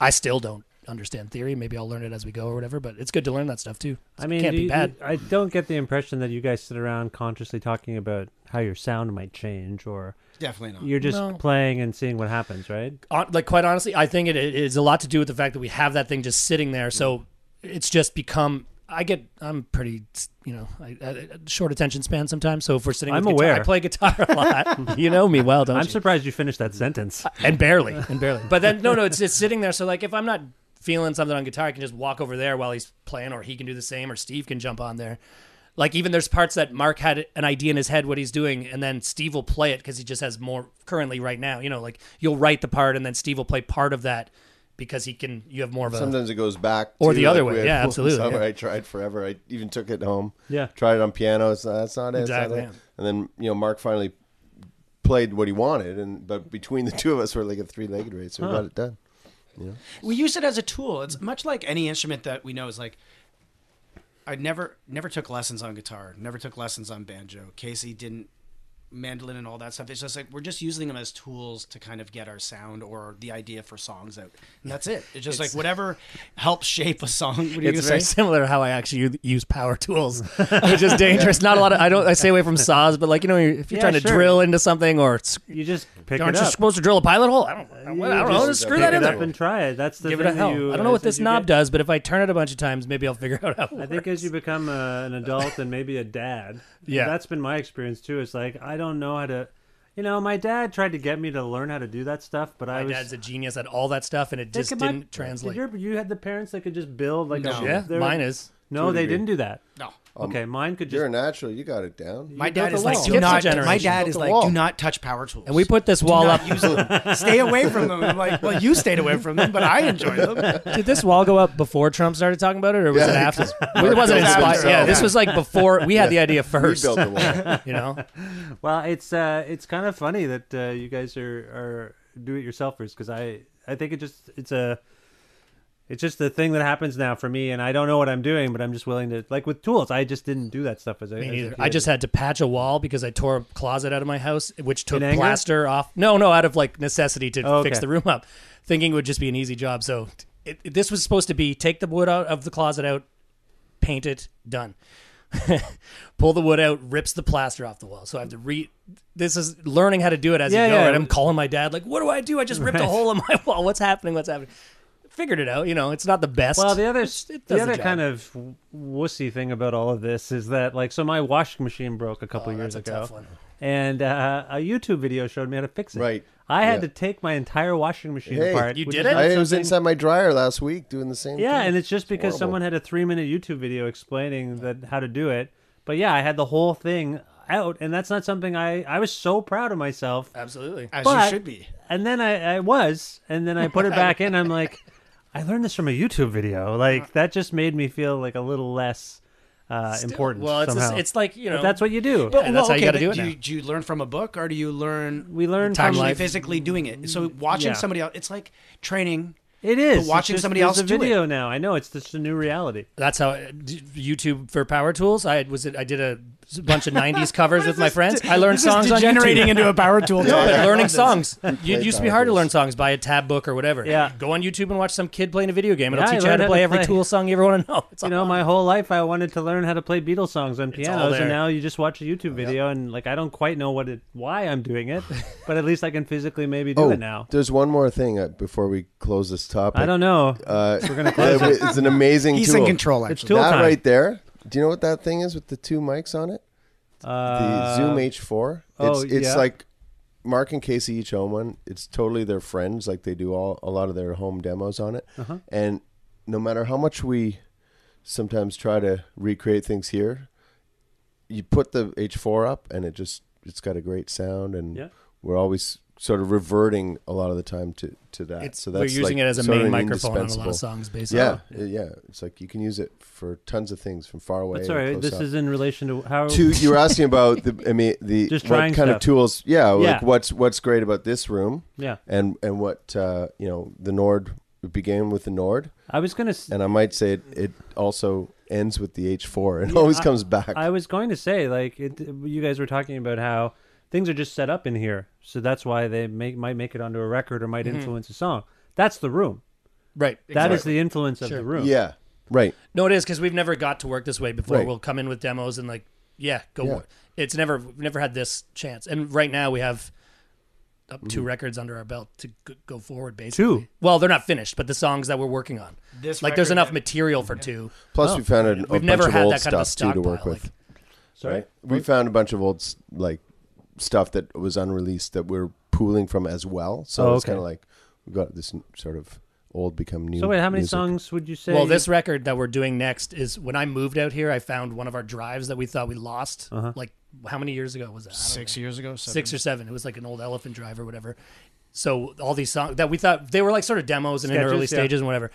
S4: I still don't understand theory. Maybe I'll learn it as we go or whatever. But it's good to learn that stuff too.
S1: I mean,
S4: can't
S1: do
S4: be
S1: you-
S4: bad.
S1: I don't get the impression that you guys sit around consciously talking about how your sound might change, or
S5: Definitely not.
S1: You're just
S4: No.
S1: playing and seeing what happens, right?
S4: Hon- like quite honestly, I think it, it is a lot to do with the fact that we have that thing just sitting there. So it's just become. I get. I'm pretty. You know, I, I, I- short attention span sometimes. So if we're sitting, with
S1: I'm
S4: guitar-
S1: aware.
S4: I play guitar a lot. you know me well, don't
S1: I'm
S4: you?
S1: surprised you finished that sentence.
S4: and barely, and barely. But then no, no, it's just sitting there. So like, if I'm not feeling something on guitar, I can just walk over there while he's playing, or he can do the same, or Steve can jump on there. Like even there's parts that Mark had an idea in his head what he's doing, and then Steve will play it because he just has more currently right now. You know, like you'll write the part, and then Steve will play part of that because he can. You have more of a.
S6: Sometimes it goes back.
S4: Or
S6: too,
S4: the other
S6: like
S4: way.
S6: we had
S4: Yeah,
S6: one
S4: absolutely.
S6: Summer
S4: yeah.
S6: I tried forever. I even took it home.
S4: Yeah.
S6: Tried it on piano. It's not, that's not it. it's not
S4: Exactly,
S6: it. And then you know Mark finally played what he wanted, and but between the two of us, we're like a three-legged race. So
S5: Huh.
S6: we got it done. You know?
S5: We use it as a tool. It's much like any instrument that we know is like I never never took lessons on guitar, never took lessons on banjo. Casey didn't mandolin and all that stuff. It's just like we're just using them as tools to kind of get our sound or the idea for songs out. And that's it. It's just
S4: It's-
S5: like whatever helps shape a song. What are you gonna
S4: it's very
S5: say?
S4: similar to how I actually u- use power tools, which is dangerous. Not a lot of I don't I stay away from saws, but like you know if you're
S1: Yeah,
S4: trying to
S1: sure.
S4: drill into something or s-
S1: You just pick
S4: aren't
S1: it
S4: you
S1: up.
S4: supposed to drill a pilot hole? I don't, I,
S1: You
S4: I don't know.
S1: just
S4: Just screw
S1: pick
S4: that
S1: it
S4: in
S1: up
S4: there
S1: and try it. That's the
S4: Give it
S1: thing
S4: a hell.
S1: that you.
S4: I don't know what
S1: as you
S4: this knob
S1: get-
S4: does, but if I turn it a bunch of times, maybe I'll figure out how.
S1: I think as you become uh an adult and maybe a dad,
S4: Yeah.
S1: that's been my experience too. It's like I don't know how to, you know, my dad tried to get me to learn how to do that stuff, but I
S4: My
S1: was
S4: dad's a genius at all that stuff, and it
S1: Think
S4: just
S1: of my-
S4: didn't translate.
S1: Did your- you had the parents that could just build like
S4: No.
S1: a,
S4: Yeah,
S1: they're-
S4: mine is.
S1: No,
S6: To a
S1: they
S6: degree.
S1: didn't do that.
S5: No.
S1: Okay, mine could just.
S6: You're a natural. You got it down.
S5: My
S1: You built
S5: dad
S1: a
S5: is like,
S1: wall.
S5: do
S1: Built a
S5: not.
S1: generation.
S5: My dad
S1: Built
S5: is
S1: a
S5: like,
S1: wall.
S5: do not touch power tools.
S4: And we put this wall
S5: not
S4: up.
S5: use them. Stay away from them. I'm like, well, you stayed away from them, but I enjoy them.
S4: Did this wall go up before Trump started talking about it, or was
S5: Yeah.
S4: it after?
S5: Mark
S4: it wasn't
S5: built it
S4: inspired. Yeah,
S5: himself.
S4: this was like before we had the idea
S1: We
S4: first.
S1: built the wall.
S4: you know,
S1: well, it's uh, it's kind of funny that uh, you guys are are do it yourselfers because I I think it just it's a it's just the thing that happens now for me, and I don't know what I'm doing, but I'm just willing to like with tools. I just didn't do that stuff as a.
S4: Me
S1: as a
S4: neither.
S1: kid.
S4: I just had to patch a wall because I tore a closet out of my house, which took
S1: In anger?
S4: plaster off. No, no, out of like necessity to
S1: Oh,
S4: fix
S1: okay.
S4: the room up, thinking it would just be an easy job. So it, it- this was supposed to be take the wood out of the closet out, paint it, done. Pull the wood out, rips the plaster off the wall. So I have to re. This is learning how to do it as
S1: Yeah,
S4: you go.
S1: yeah.
S4: Right? I'm calling my dad, like, "What do I do? I just ripped a
S1: Right.
S4: hole in my wall. What's happening? What's happening?" Figured it out. You know, it's not the best.
S1: Well, the other
S4: It's- it does
S1: the other
S4: job.
S1: kind of w- wussy thing about all of this is that like so my washing machine broke a couple years
S4: Oh, that's a
S1: ago,
S4: tough one.
S1: and uh, a YouTube video showed me how to fix it.
S6: Right.
S1: I had
S6: Yeah.
S1: to take my entire washing machine
S6: Hey,
S1: apart. which is not
S6: I was
S1: something-
S6: inside my dryer last week doing the same.
S1: Yeah,
S6: thing.
S1: and it's just because
S6: horrible.
S1: someone had a three minute YouTube video explaining that how to do it. But yeah, I had the whole thing out, and that's not something I I was so proud of myself.
S4: Absolutely.
S5: As
S1: But-
S5: you should be.
S1: And then I I was, and then I put it back in. I'm like, I learned this from a YouTube video. Like that just made me feel like a little less. Uh, important.
S4: well, it's-
S1: somehow.
S4: it's like, you
S1: But
S4: know-
S1: that's what you do.
S4: But- Yeah, that's
S5: well,
S4: how you
S5: okay,
S4: gotta
S5: but
S4: do it
S5: Do
S4: now.
S5: you, do you learn from a book, or do you learn?
S1: We learn
S5: actually
S1: from- Timeline.
S5: physically doing it. So
S1: Yeah.
S5: watching somebody else, it's like training.
S1: it is
S5: but
S1: It's
S5: watching
S1: just-
S5: somebody
S1: there's
S5: else
S1: a
S5: do
S1: video
S5: it.
S1: now. I know it's just a new reality.
S4: That's how d- YouTube for power tools. I was I did a bunch of '90s covers with my friends. I learned
S5: This is
S4: songs on
S5: degenerating
S4: YouTube.
S5: into a power tool
S4: No,
S5: talk. I
S4: but
S5: love
S4: learning
S5: this.
S4: songs.
S5: We
S4: It
S5: play
S4: used to be
S5: power
S4: hard to learn songs. Buy a tab book or whatever.
S1: Yeah.
S4: Go on YouTube and watch some kid playing a video game. It'll
S1: Yeah, I
S4: teach you how
S1: learned
S4: to
S1: how
S4: play
S1: to
S4: every
S1: play-
S4: Tool song you ever want to know. It's
S1: you know, my whole life I wanted to learn how to play Beatles songs on
S4: all
S1: pianos,
S4: there.
S1: and now you just watch a YouTube video, and like I don't quite know what it, why I'm doing it, but at least I can physically maybe do
S6: Oh,
S1: it now.
S6: there's one more thing uh, before we close this topic.
S1: I don't know.
S6: Uh,
S1: We're gonna close
S6: that
S1: it.
S6: It's an amazing.
S1: He's
S6: tool.
S1: in control, It's actually. tool
S6: that
S1: time.
S6: right there. Do you know what that thing is with the two mics on it?
S1: Uh,
S6: the Zoom H4.
S1: oh,
S6: it's, it's
S1: yeah.
S6: like Mark and Casey each own one. It's totally their friends. Like they do all a lot of their home demos on it.
S1: Uh-huh.
S6: And no matter how much we sometimes try to recreate things here, you put the H4 up and it just it's got a great sound and
S4: Yeah.
S6: we're always sort of reverting a lot of the time to, to that.
S4: It's-
S6: so
S4: we're
S6: that's
S4: using
S6: like
S4: it as a
S6: sort of
S4: main
S6: an
S4: microphone on a lot of
S6: indispensable-
S4: songs, basically.
S6: Yeah, yeah. It's like you can use it for tons of things from far away.
S1: But
S6: and
S1: sorry,
S6: close
S1: this
S6: up
S1: is in relation to how
S6: to you were asking about the I mean the
S1: Just
S6: what
S1: trying
S6: kind of
S1: stuff.
S6: tools yeah,
S1: Yeah.
S6: like what's what's great about this room
S1: Yeah.
S6: and and what uh, you know the Nord it began with the Nord
S1: I was gonna s-
S6: and I might say it, it also ends with the H4 it
S1: Yeah,
S6: always
S1: I-
S6: comes back
S1: I was going to say, like, it, you guys were talking about how things are just set up in here, so that's why they make, might make it onto a record or might
S4: Mhm.
S1: influence a song. That's the room.
S4: Right,
S1: That is
S4: exactly.
S1: the influence of
S4: Sure.
S1: the room.
S6: yeah right
S4: No, it is because we've never got to work this way before.
S6: Right.
S4: We'll come in with demos and like, yeah, go.
S6: Yeah.
S4: work. It's never we've never had this chance, and right now we have up two
S6: Mhm.
S4: records under our belt to g- go forward. Basically,
S6: Two?
S4: Well, they're not finished, but the songs that we're working on,
S5: This
S4: like, there's
S5: record,
S4: enough
S5: yeah.
S4: material for two.
S6: plus we found a, a
S4: We've
S6: bunch
S4: never
S6: of
S4: had
S6: old
S4: that kind of a
S6: stuff too to work
S4: stockpile,
S6: with
S4: like-
S1: Sorry?
S6: we found a bunch of old s- like stuff that was unreleased that we're pooling from as well so
S1: Oh,
S6: it's
S1: okay.
S6: kind of like we got this n- sort of old become new
S1: So wait, how many
S6: music.
S1: songs would you say?
S4: Well, this record that we're doing next is when I moved out here, I found one of our drives that we thought we lost.
S1: Uh-huh.
S4: Like how many years ago was that? I don't
S5: Six years ago,
S4: Six
S1: Mm-hmm.
S5: seven.
S4: or seven. It was like an old elephant drive or whatever. So all these songs that we thought they were like sort of demos and in
S1: Sketches,
S4: early
S1: yeah.
S4: stages and whatever.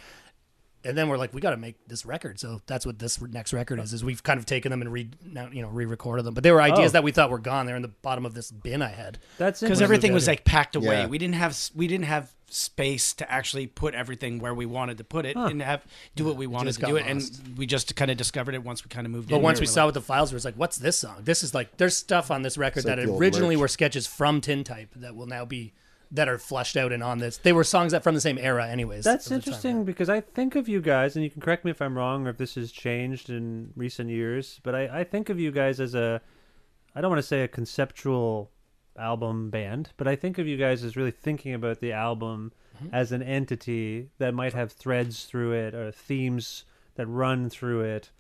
S4: And then we're like, we got to make this record. So that's what this next record is. Is we've kind of taken them and re now you know re-recorded them. But they were ideas
S5: Oh.
S4: that we thought were gone. They're in the bottom of this bin I had.
S5: because everything was like packed away.
S4: Yeah.
S5: We didn't have s- we didn't have space to actually put everything where we wanted to put it
S4: Huh.
S5: and have do what we wanted
S4: just
S5: to
S4: got
S5: do it. And we just kind of discovered it once we kind of moved.
S4: But
S5: in
S4: once we
S5: here,
S4: saw what the files were, it's like, what's this song? This is like, there's stuff on this record
S5: It's
S4: that
S5: like the old
S4: originally
S5: merch.
S4: were sketches from Tintype that will now be that are fleshed out and on this. They were songs that from the same era, anyways.
S1: That's
S4: at the time.
S1: interesting because I think of you guys, and you can correct me if I'm wrong or if this has changed in recent years, but I, I think of you guys as a, I don't want to say a conceptual album band, but I think of you guys as really thinking about the album
S4: Mm-hmm.
S1: as an entity that might have threads through it or themes that run through it.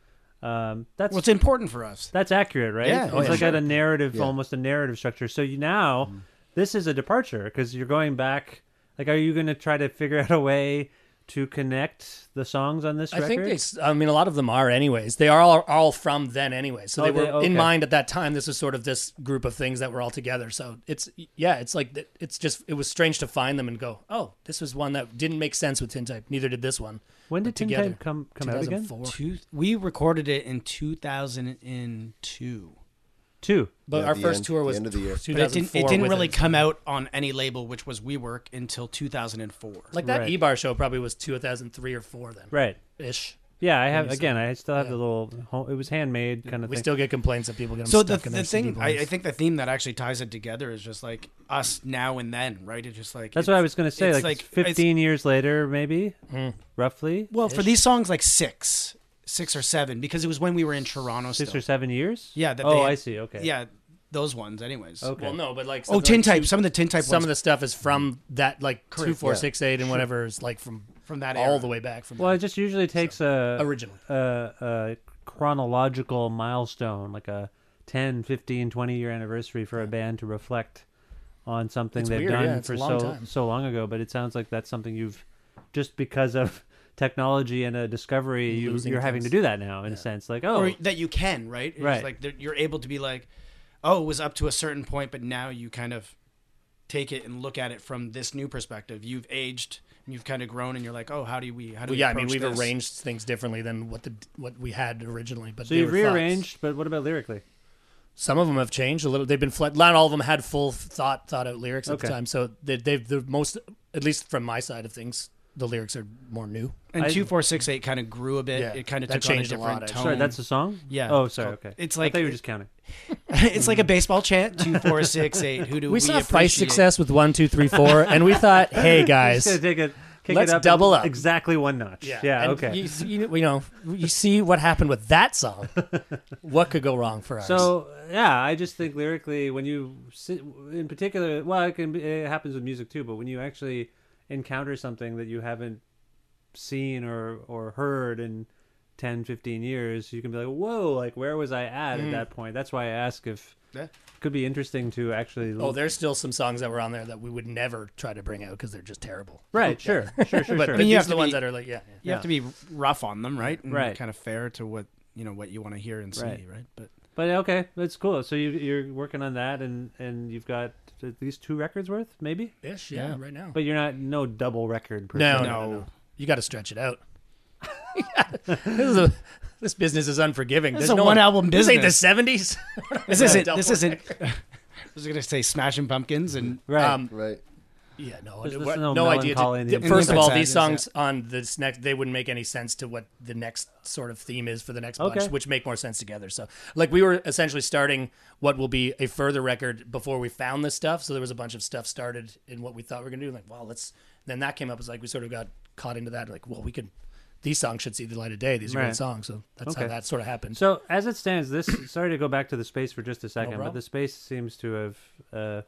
S1: Um, that's
S5: Well, it's important for us.
S1: That's accurate, right?
S5: Yeah.
S1: it's
S5: Oh, yeah,
S1: like
S5: sure.
S1: at a narrative,
S5: Yeah. Mm-hmm.
S1: almost a narrative structure. So you now this is a departure because you're going back. Like, are you going to try to figure out a way to connect the songs on this
S4: I
S1: record?
S4: think they. s- I mean, a lot of them are, anyways. They are all, are all from then, anyway. So
S1: Oh,
S4: they were
S1: they- okay.
S4: in mind at that time. This was sort of this group of things that were all together. So it's yeah, it's like th- it's just it was strange to find them and go, oh, this was one that didn't make sense with Tintype. Neither did this one.
S1: When
S4: But
S1: did Tintype
S4: together,
S1: come- come out again?
S4: 2004.
S5: Two, we recorded it in 2002.
S1: Two.
S4: But Yeah, our the first end- tour the was end of the year.
S5: But it didn't, it
S4: 2004
S5: didn't
S4: with
S5: really
S4: it.
S5: come out on any label, which was WeWork, until 2004.
S4: Like that E-Bar show probably was 2003 or four then.
S1: Right.
S4: Ish.
S1: Yeah, I have
S4: Maybe so.
S1: again. I still have the little. ho- It was handmade kind of.
S4: We
S1: thing.
S4: still get complaints that people get them
S5: So the,
S4: stuck in
S5: the
S4: their CD
S5: thing, I,
S4: players.
S5: I think the theme that actually ties it together is just like us now and then, right? It's just like
S1: That's
S5: it's-
S1: what I was going to say.
S5: it's
S1: Like,
S5: it's-
S1: 15 years later, maybe, roughly.
S5: Well, for these songs, like six, six or seven, because it was when we were in Toronto.
S1: Six
S5: still.
S1: or seven years?
S5: Yeah. That
S1: Oh,
S5: they
S1: I see, okay.
S5: Yeah, those ones, anyways.
S1: Okay.
S4: Well, no, but like
S5: oh,
S4: something
S5: tin
S4: like
S5: type.
S4: two-
S5: some of the tin type.
S4: Some of the stuff is from that like
S5: Correct.
S4: two four
S5: Yeah.
S4: six eight and
S5: Sure.
S4: whatever is like from
S5: From that
S4: all
S5: era.
S4: the way back from.
S1: Well, it just usually takes a
S4: originally
S1: a, a chronological milestone, like a 10, 15, 20 year anniversary for a band to reflect on something
S4: It's
S1: they've
S4: weird,
S1: done
S4: yeah, it's a
S1: for
S4: long
S1: so
S4: time.
S1: so long ago. But it sounds like that's something you've just because of technology and a discovery, you, you're
S5: Losing
S1: having to do
S5: things.
S1: that now in a sense. Like, oh,
S5: or that you can, right? It's
S1: Right.
S5: Like that you're able to be like, oh, it was up to a certain point, but now you kind of take it and look at it from this new perspective. You've aged and you've kind of grown, and you're like, oh, how do we? How do
S4: Well,
S5: we
S4: yeah, I mean
S5: approach
S4: we've
S5: this?
S4: arranged things differently than what the what we had originally. But
S1: so
S4: they
S1: you've
S4: were thoughts.
S1: rearranged, but what about lyrically?
S4: Some of them have changed a little. They've been flat. Not all of them had full thought thought out lyrics at
S1: Okay.
S4: the time. So they, they've the most, at least from my side of things, the lyrics are more new.
S5: And two four six eight kind of grew a bit.
S4: Yeah,
S5: it kind of
S4: that
S5: took on a
S4: changed a
S5: different
S4: lot,
S5: tone.
S4: actually. Sorry, that's
S1: the song?
S5: Yeah.
S1: Oh, sorry, okay.
S5: It's
S1: I
S5: like
S1: thought you were just counting.
S5: it's like a baseball chant. Two four six eight. Who do we,
S4: we saw Feist
S5: appreciate?
S4: success with one, two, three, four, and we thought, hey guys,
S1: Just gonna take it- kick it
S4: let's
S1: up and
S4: double up
S1: exactly one notch. Yeah,
S4: and
S1: okay.
S4: You, see- you know, you see what happened with that song. what could go wrong for us?
S1: So yeah, I just think lyrically, when you sit, in particular, well, it can be, it happens with music too, but when you actually encounter something that you haven't seen or or heard in 10, 15 years, you can be like, whoa, like where was I at
S4: Mhm.
S1: at that point? That's why I ask if
S4: Yeah.
S1: could be interesting to actually.
S4: oh, there's still some songs that were on there that we would never try to bring out because they're just terrible.
S1: Right,
S4: Yeah.
S1: sure, sure, sure,
S4: but
S1: sure.
S4: these
S5: you
S4: are
S5: have
S4: the
S5: to
S4: ones
S5: be-
S4: that are like, yeah,
S5: You have to be rough on them, right? And
S1: Right.
S5: Kind of fair to what you know what you want to hear and see,
S1: Right.
S5: right? But
S1: But okay, that's cool. So you, you're working on that, and and you've got at least two records worth, maybe.
S4: Ish, yeah, Yeah. right now.
S1: But you're not no double record. Per
S4: No,
S1: se.
S4: no, no, no. You got to stretch it out. this, is a, this business is unforgiving.
S5: This is
S4: There's
S5: a
S4: no
S5: one-album
S4: This ain't the
S5: business.
S4: '70s.
S5: this isn't.
S4: Double
S5: This isn't.
S4: record.
S5: I was gonna say Smashing Pumpkins and
S4: Um,
S6: right.
S4: Yeah, no,
S5: There's-
S4: it-
S5: there's
S4: no,
S5: no
S4: idea.
S5: melancholy in the
S4: to- first of all,
S5: impact.
S4: these
S5: Yeah.
S4: songs on this next they wouldn't make any sense to what the next sort of theme is for the next bunch,
S1: Okay.
S4: which make more sense together. So, like we were essentially starting what will be a further record before we found this stuff. So there was a bunch of stuff started in what we thought we were gonna do. Like, well, let's. Then that came up as like we sort of got caught into that. Like, well, we could. These songs should see the light of day. These are
S1: Right.
S4: great songs. So that's how
S1: Okay.
S4: that sort of happened.
S1: So as it stands, this sorry to go back to the space for just a second, but
S4: problem.
S1: the space seems to have, uh,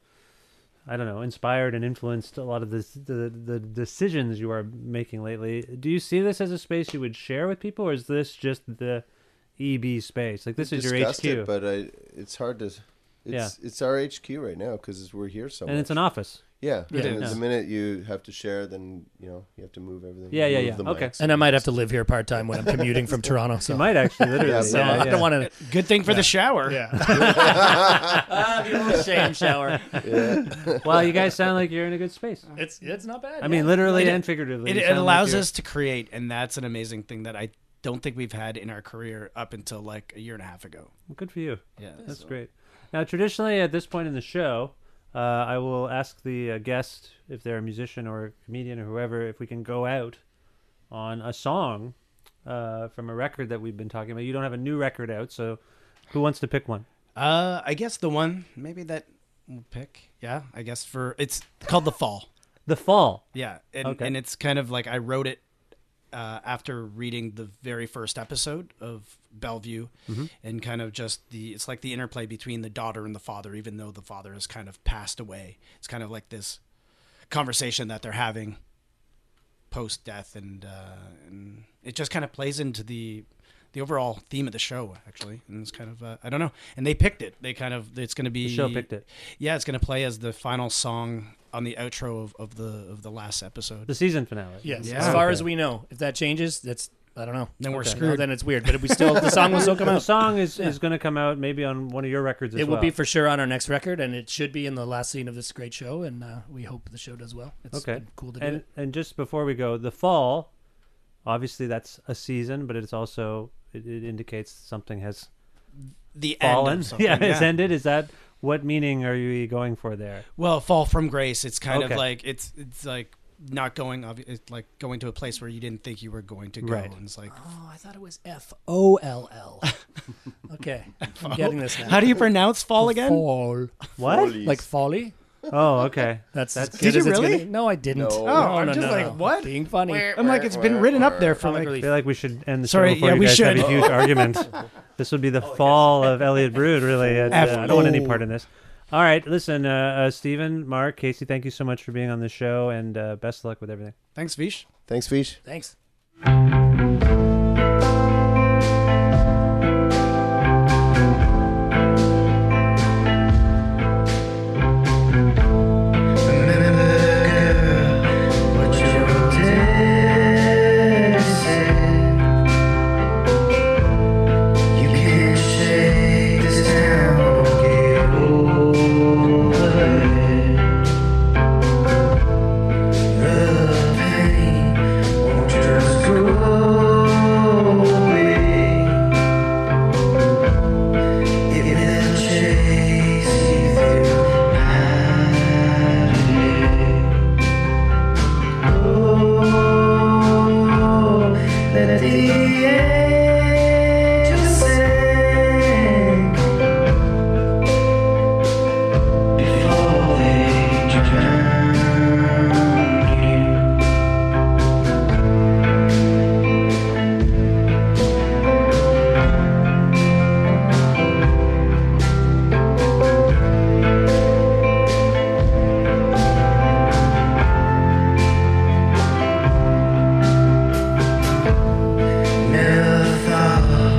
S1: I don't know, inspired and influenced a lot of the, the the decisions you are making lately. Do you see this as a space you would share with people, or is this just the EB space? Like this
S6: We
S1: is your
S6: discussed
S1: HQ,
S6: It, but I, it's hard to. It's, It's our HQ right now because we're here so
S1: and
S6: much.
S1: it's an office.
S6: Yeah,
S4: Yeah.
S6: the-
S4: Yeah.
S6: The minute you have to share, then you know you have to move everything.
S1: Yeah, yeah,
S6: Move
S1: yeah.
S6: the
S1: Okay.
S6: mics.
S4: And I might have to live here part time when I'm commuting from Toronto. So
S1: You might actually, literally.
S4: Yeah, so
S1: Yeah,
S4: I
S1: yeah.
S4: don't want to.
S5: Good thing for the shower.
S4: Yeah.
S1: Ah, beautiful shame shower.
S5: Yeah.
S1: Well, you guys sound like you're in a good space.
S4: It's it's not bad.
S1: I mean, literally
S5: It-
S1: and figuratively.
S5: It,
S1: you
S5: it
S1: sound like
S5: allows
S1: you're-
S5: us to create, and that's an amazing thing that I don't think we've had in our career up until like a year and a half ago.
S1: Well, Good for you.
S5: Yeah,
S1: that's
S5: so-
S1: great. Now, traditionally, at this point in the show, uh, I will ask the uh, guest if they're a musician or a comedian or whoever if we can go out on a song uh, from a record that we've been talking about. You don't have a new record out, so who wants to pick one?
S5: Uh, I guess the one maybe that we'll pick. Yeah, I guess for it's called the fall.
S1: The fall.
S5: Yeah, and,
S1: Okay.
S5: and it's kind of like I wrote it uh, after reading the very first episode of Bellevue,
S1: Mhm.
S5: and kind of just the it's like the interplay between the daughter and the father, even though the father has kind of passed away. It's kind of like this conversation that they're having post death, and uh, and it just kind of plays into the the overall theme of the show actually and it's kind of uh, i don't know and they picked it they kind of it's going to be
S1: The show picked it.
S5: yeah it's going to play as the final song on the outro of, of the of the last episode
S1: The season finale.
S4: Yes.
S5: Yeah.
S4: As far
S5: Okay.
S4: as we know, if that changes, that's I don't know.
S5: Then we're
S4: Okay.
S5: screwed.
S4: Then it's weird. But if we still the song will still come
S1: The
S4: out.
S1: song is,
S4: Yeah.
S1: is going to come out maybe on one of your records as
S4: It will
S1: well.
S4: be for sure on our next record, and it should be in the last scene of this great show. And uh, we hope the show does well. It's
S1: okay.
S4: been cool to do
S1: and,
S4: it.
S1: And just before we go, the fall, obviously that's a season, but it's also, it, it indicates something has
S5: the
S1: fallen.
S5: end of something,
S1: yeah, it's ended. Is that what meaning are you going for there?
S5: well fall from grace it's kind
S1: Okay.
S5: of like it's it's like not going obvi- it's like going to a place where you didn't think you were going to go
S1: Right.
S5: and it's like
S4: Oh, I thought it was F O L L. Okay, I'm getting this now.
S5: how do you pronounce fall again
S4: Fall.
S1: What? Follies.
S4: Like folly?
S1: Oh, okay.
S4: That's as
S1: That's-
S4: good
S5: Did
S4: as
S5: you
S4: it's
S5: really?
S4: gonna- No, I didn't.
S5: No.
S4: No,
S5: Oh,
S4: no,
S5: I'm
S4: no,
S5: just
S4: no.
S5: like, what?
S4: Being funny.
S5: i'm like it's been written up there for
S4: I'm
S5: like
S1: I feel like we should end the show
S5: Sorry,
S1: before
S5: yeah,
S1: you
S5: we
S1: guys
S5: should.
S1: have a huge argument. This would be the fall of Elliot Brood, really. It's, uh, I don't want any part in this. All right, listen, uh, uh, Stephen, Mark, Casey, thank you so much for being on the show, and uh, best luck with everything.
S5: thanks vish
S6: Thanks, Vish.
S4: Thanks.
S2: Let the angels sing before they drown you. Now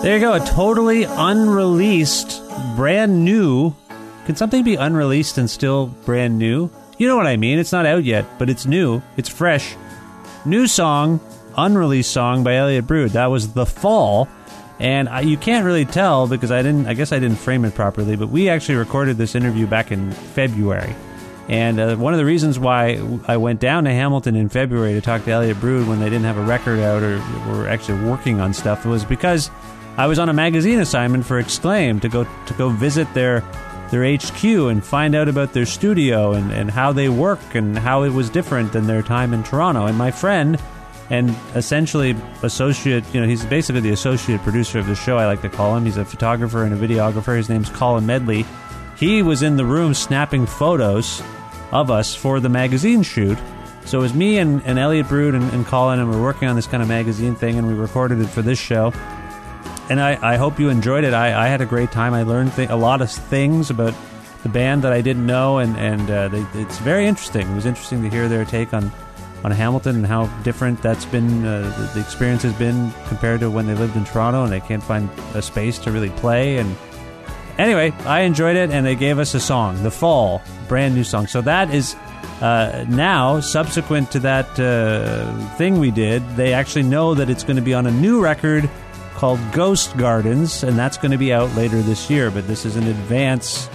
S1: There you go, a totally unreleased, brand new. Can something be unreleased and still brand new? You know what I mean. It's not out yet, but it's new, it's fresh. New song, unreleased song by Elliot Brood. That was The Fall. And I, you can't really tell because I didn't. I guess I didn't frame it properly. But we actually recorded this interview back in February, and uh, one of the reasons why I went down to Hamilton in February to talk to Elliot Brood when they didn't have a record out or were actually working on stuff was because I was on a magazine assignment for Exclaim to go to go visit their their HQ and find out about their studio and, and how they work and how it was different than their time in Toronto. And my friend and essentially associate, you know, he's basically the associate producer of the show, I like to call him. He's a photographer and a videographer. His name's Colin Medley. He was in the room snapping photos of us for the magazine shoot. So it was me and, and Elliot Brood and, and Colin, and we were working on this kind of magazine thing, and we recorded it for this show. And I, I hope you enjoyed it. I, I had a great time. I learned th- a lot of things about the band that I didn't know, and, and uh, they, it's very interesting. It was interesting to hear their take on, on Hamilton and how different that's been, uh, the, the experience has been compared to when they lived in Toronto and they can't find a space to really play. And anyway, I enjoyed it, and they gave us a song, "The Fall," brand new song. So that is uh, now subsequent to that uh, thing we did. They actually know that it's going to be on a new record called Ghost Gardens, and that's going to be out later this year. But this is an advance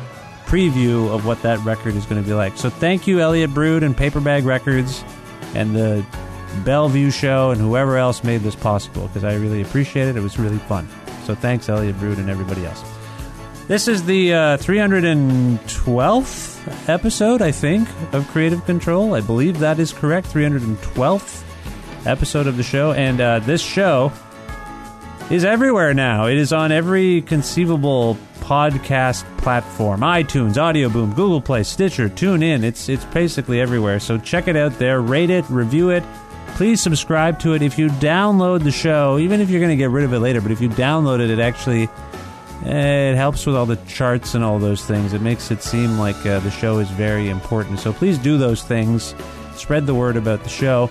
S1: preview of what that record is going to be like. So thank you, Elliot Brood and Paperbag Records, and the Bellevue Show, and whoever else made this possible, because I really appreciate it. It was really fun. So thanks, Elliot Brood, and everybody else. This is the uh, 312th episode, I think, of Creative Control. I believe that is correct. 312th episode of the show. And uh, this show is everywhere now. It is on every conceivable podcast platform iTunes, Audio Boom, Google Play, Stitcher, TuneIn. It's, it's basically everywhere. So check it out there, rate it, review it. Please subscribe to it. If you download the show, even if you're going to get rid of it later, but if you download it, it actually. It helps with all the charts and all those things. It makes it seem like uh, the show is very important. So please do those things. Spread the word about the show.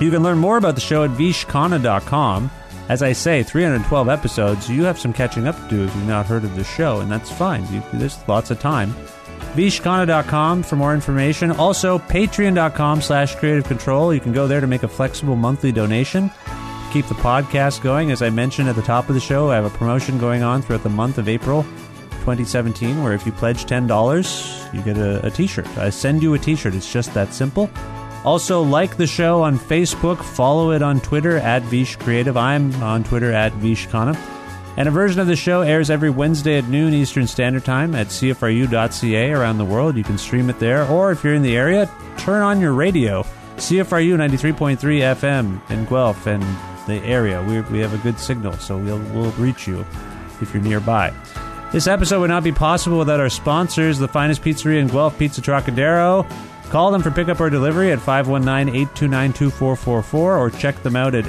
S1: You can learn more about the show at vishkana.com. As I say, 312 episodes. You have some catching up to do if you've not heard of the show, and that's fine. You, there's lots of time. vishkana.com for more information. Also, patreon.com slash creative control. You can go there to make a flexible monthly donation keep the podcast going. As I mentioned at the top of the show, I have a promotion going on throughout the month of April 2017 where if you pledge $10, you get a, a t shirt. I send you a t shirt. It's just that simple. Also, like the show on Facebook, follow it on Twitter at Vish Creative. I'm on Twitter at Vish Khanna. And a version of the show airs every Wednesday at noon Eastern Standard Time at CFRU.ca around the world. You can stream it there, or if you're in the area, turn on your radio. CFRU 93.3 FM in Guelph and the area. We, we have a good signal, so we'll, we'll reach you if you're nearby. This episode would not be possible without our sponsors, the finest pizzeria in Guelph, Pizza Trocadero. Call them for pickup or delivery at 519 829 2444 or check them out at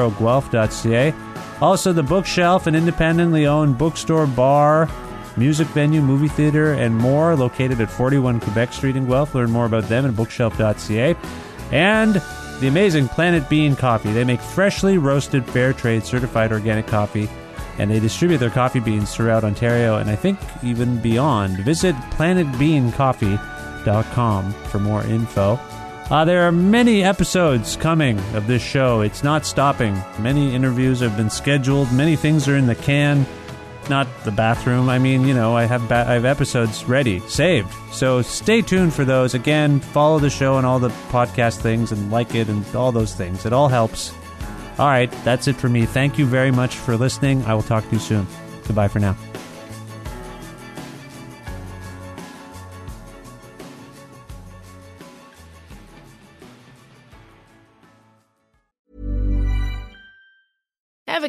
S1: trocaderoguelph.ca. Also, the bookshelf, an independently owned bookstore, bar, music venue, movie theater, and more, located at 41 Quebec Street in Guelph. Learn more about them at bookshelf.ca. And the amazing Planet Bean Coffee. They make freshly roasted, fair trade, certified organic coffee, and they distribute their coffee beans throughout Ontario and I think even beyond. Visit planetbeancoffee.com for more info. Uh, there are many episodes coming of this show. It's not stopping. Many interviews have been scheduled, many things are in the can. Not the bathroom. I mean, you know, I have ba- I have episodes ready, saved. So stay tuned for those. Again, follow the show and all the podcast things, and like it and all those things. It all helps. All right, that's it for me. Thank you very much for listening. I will talk to you soon. Goodbye for now.
S9: Ever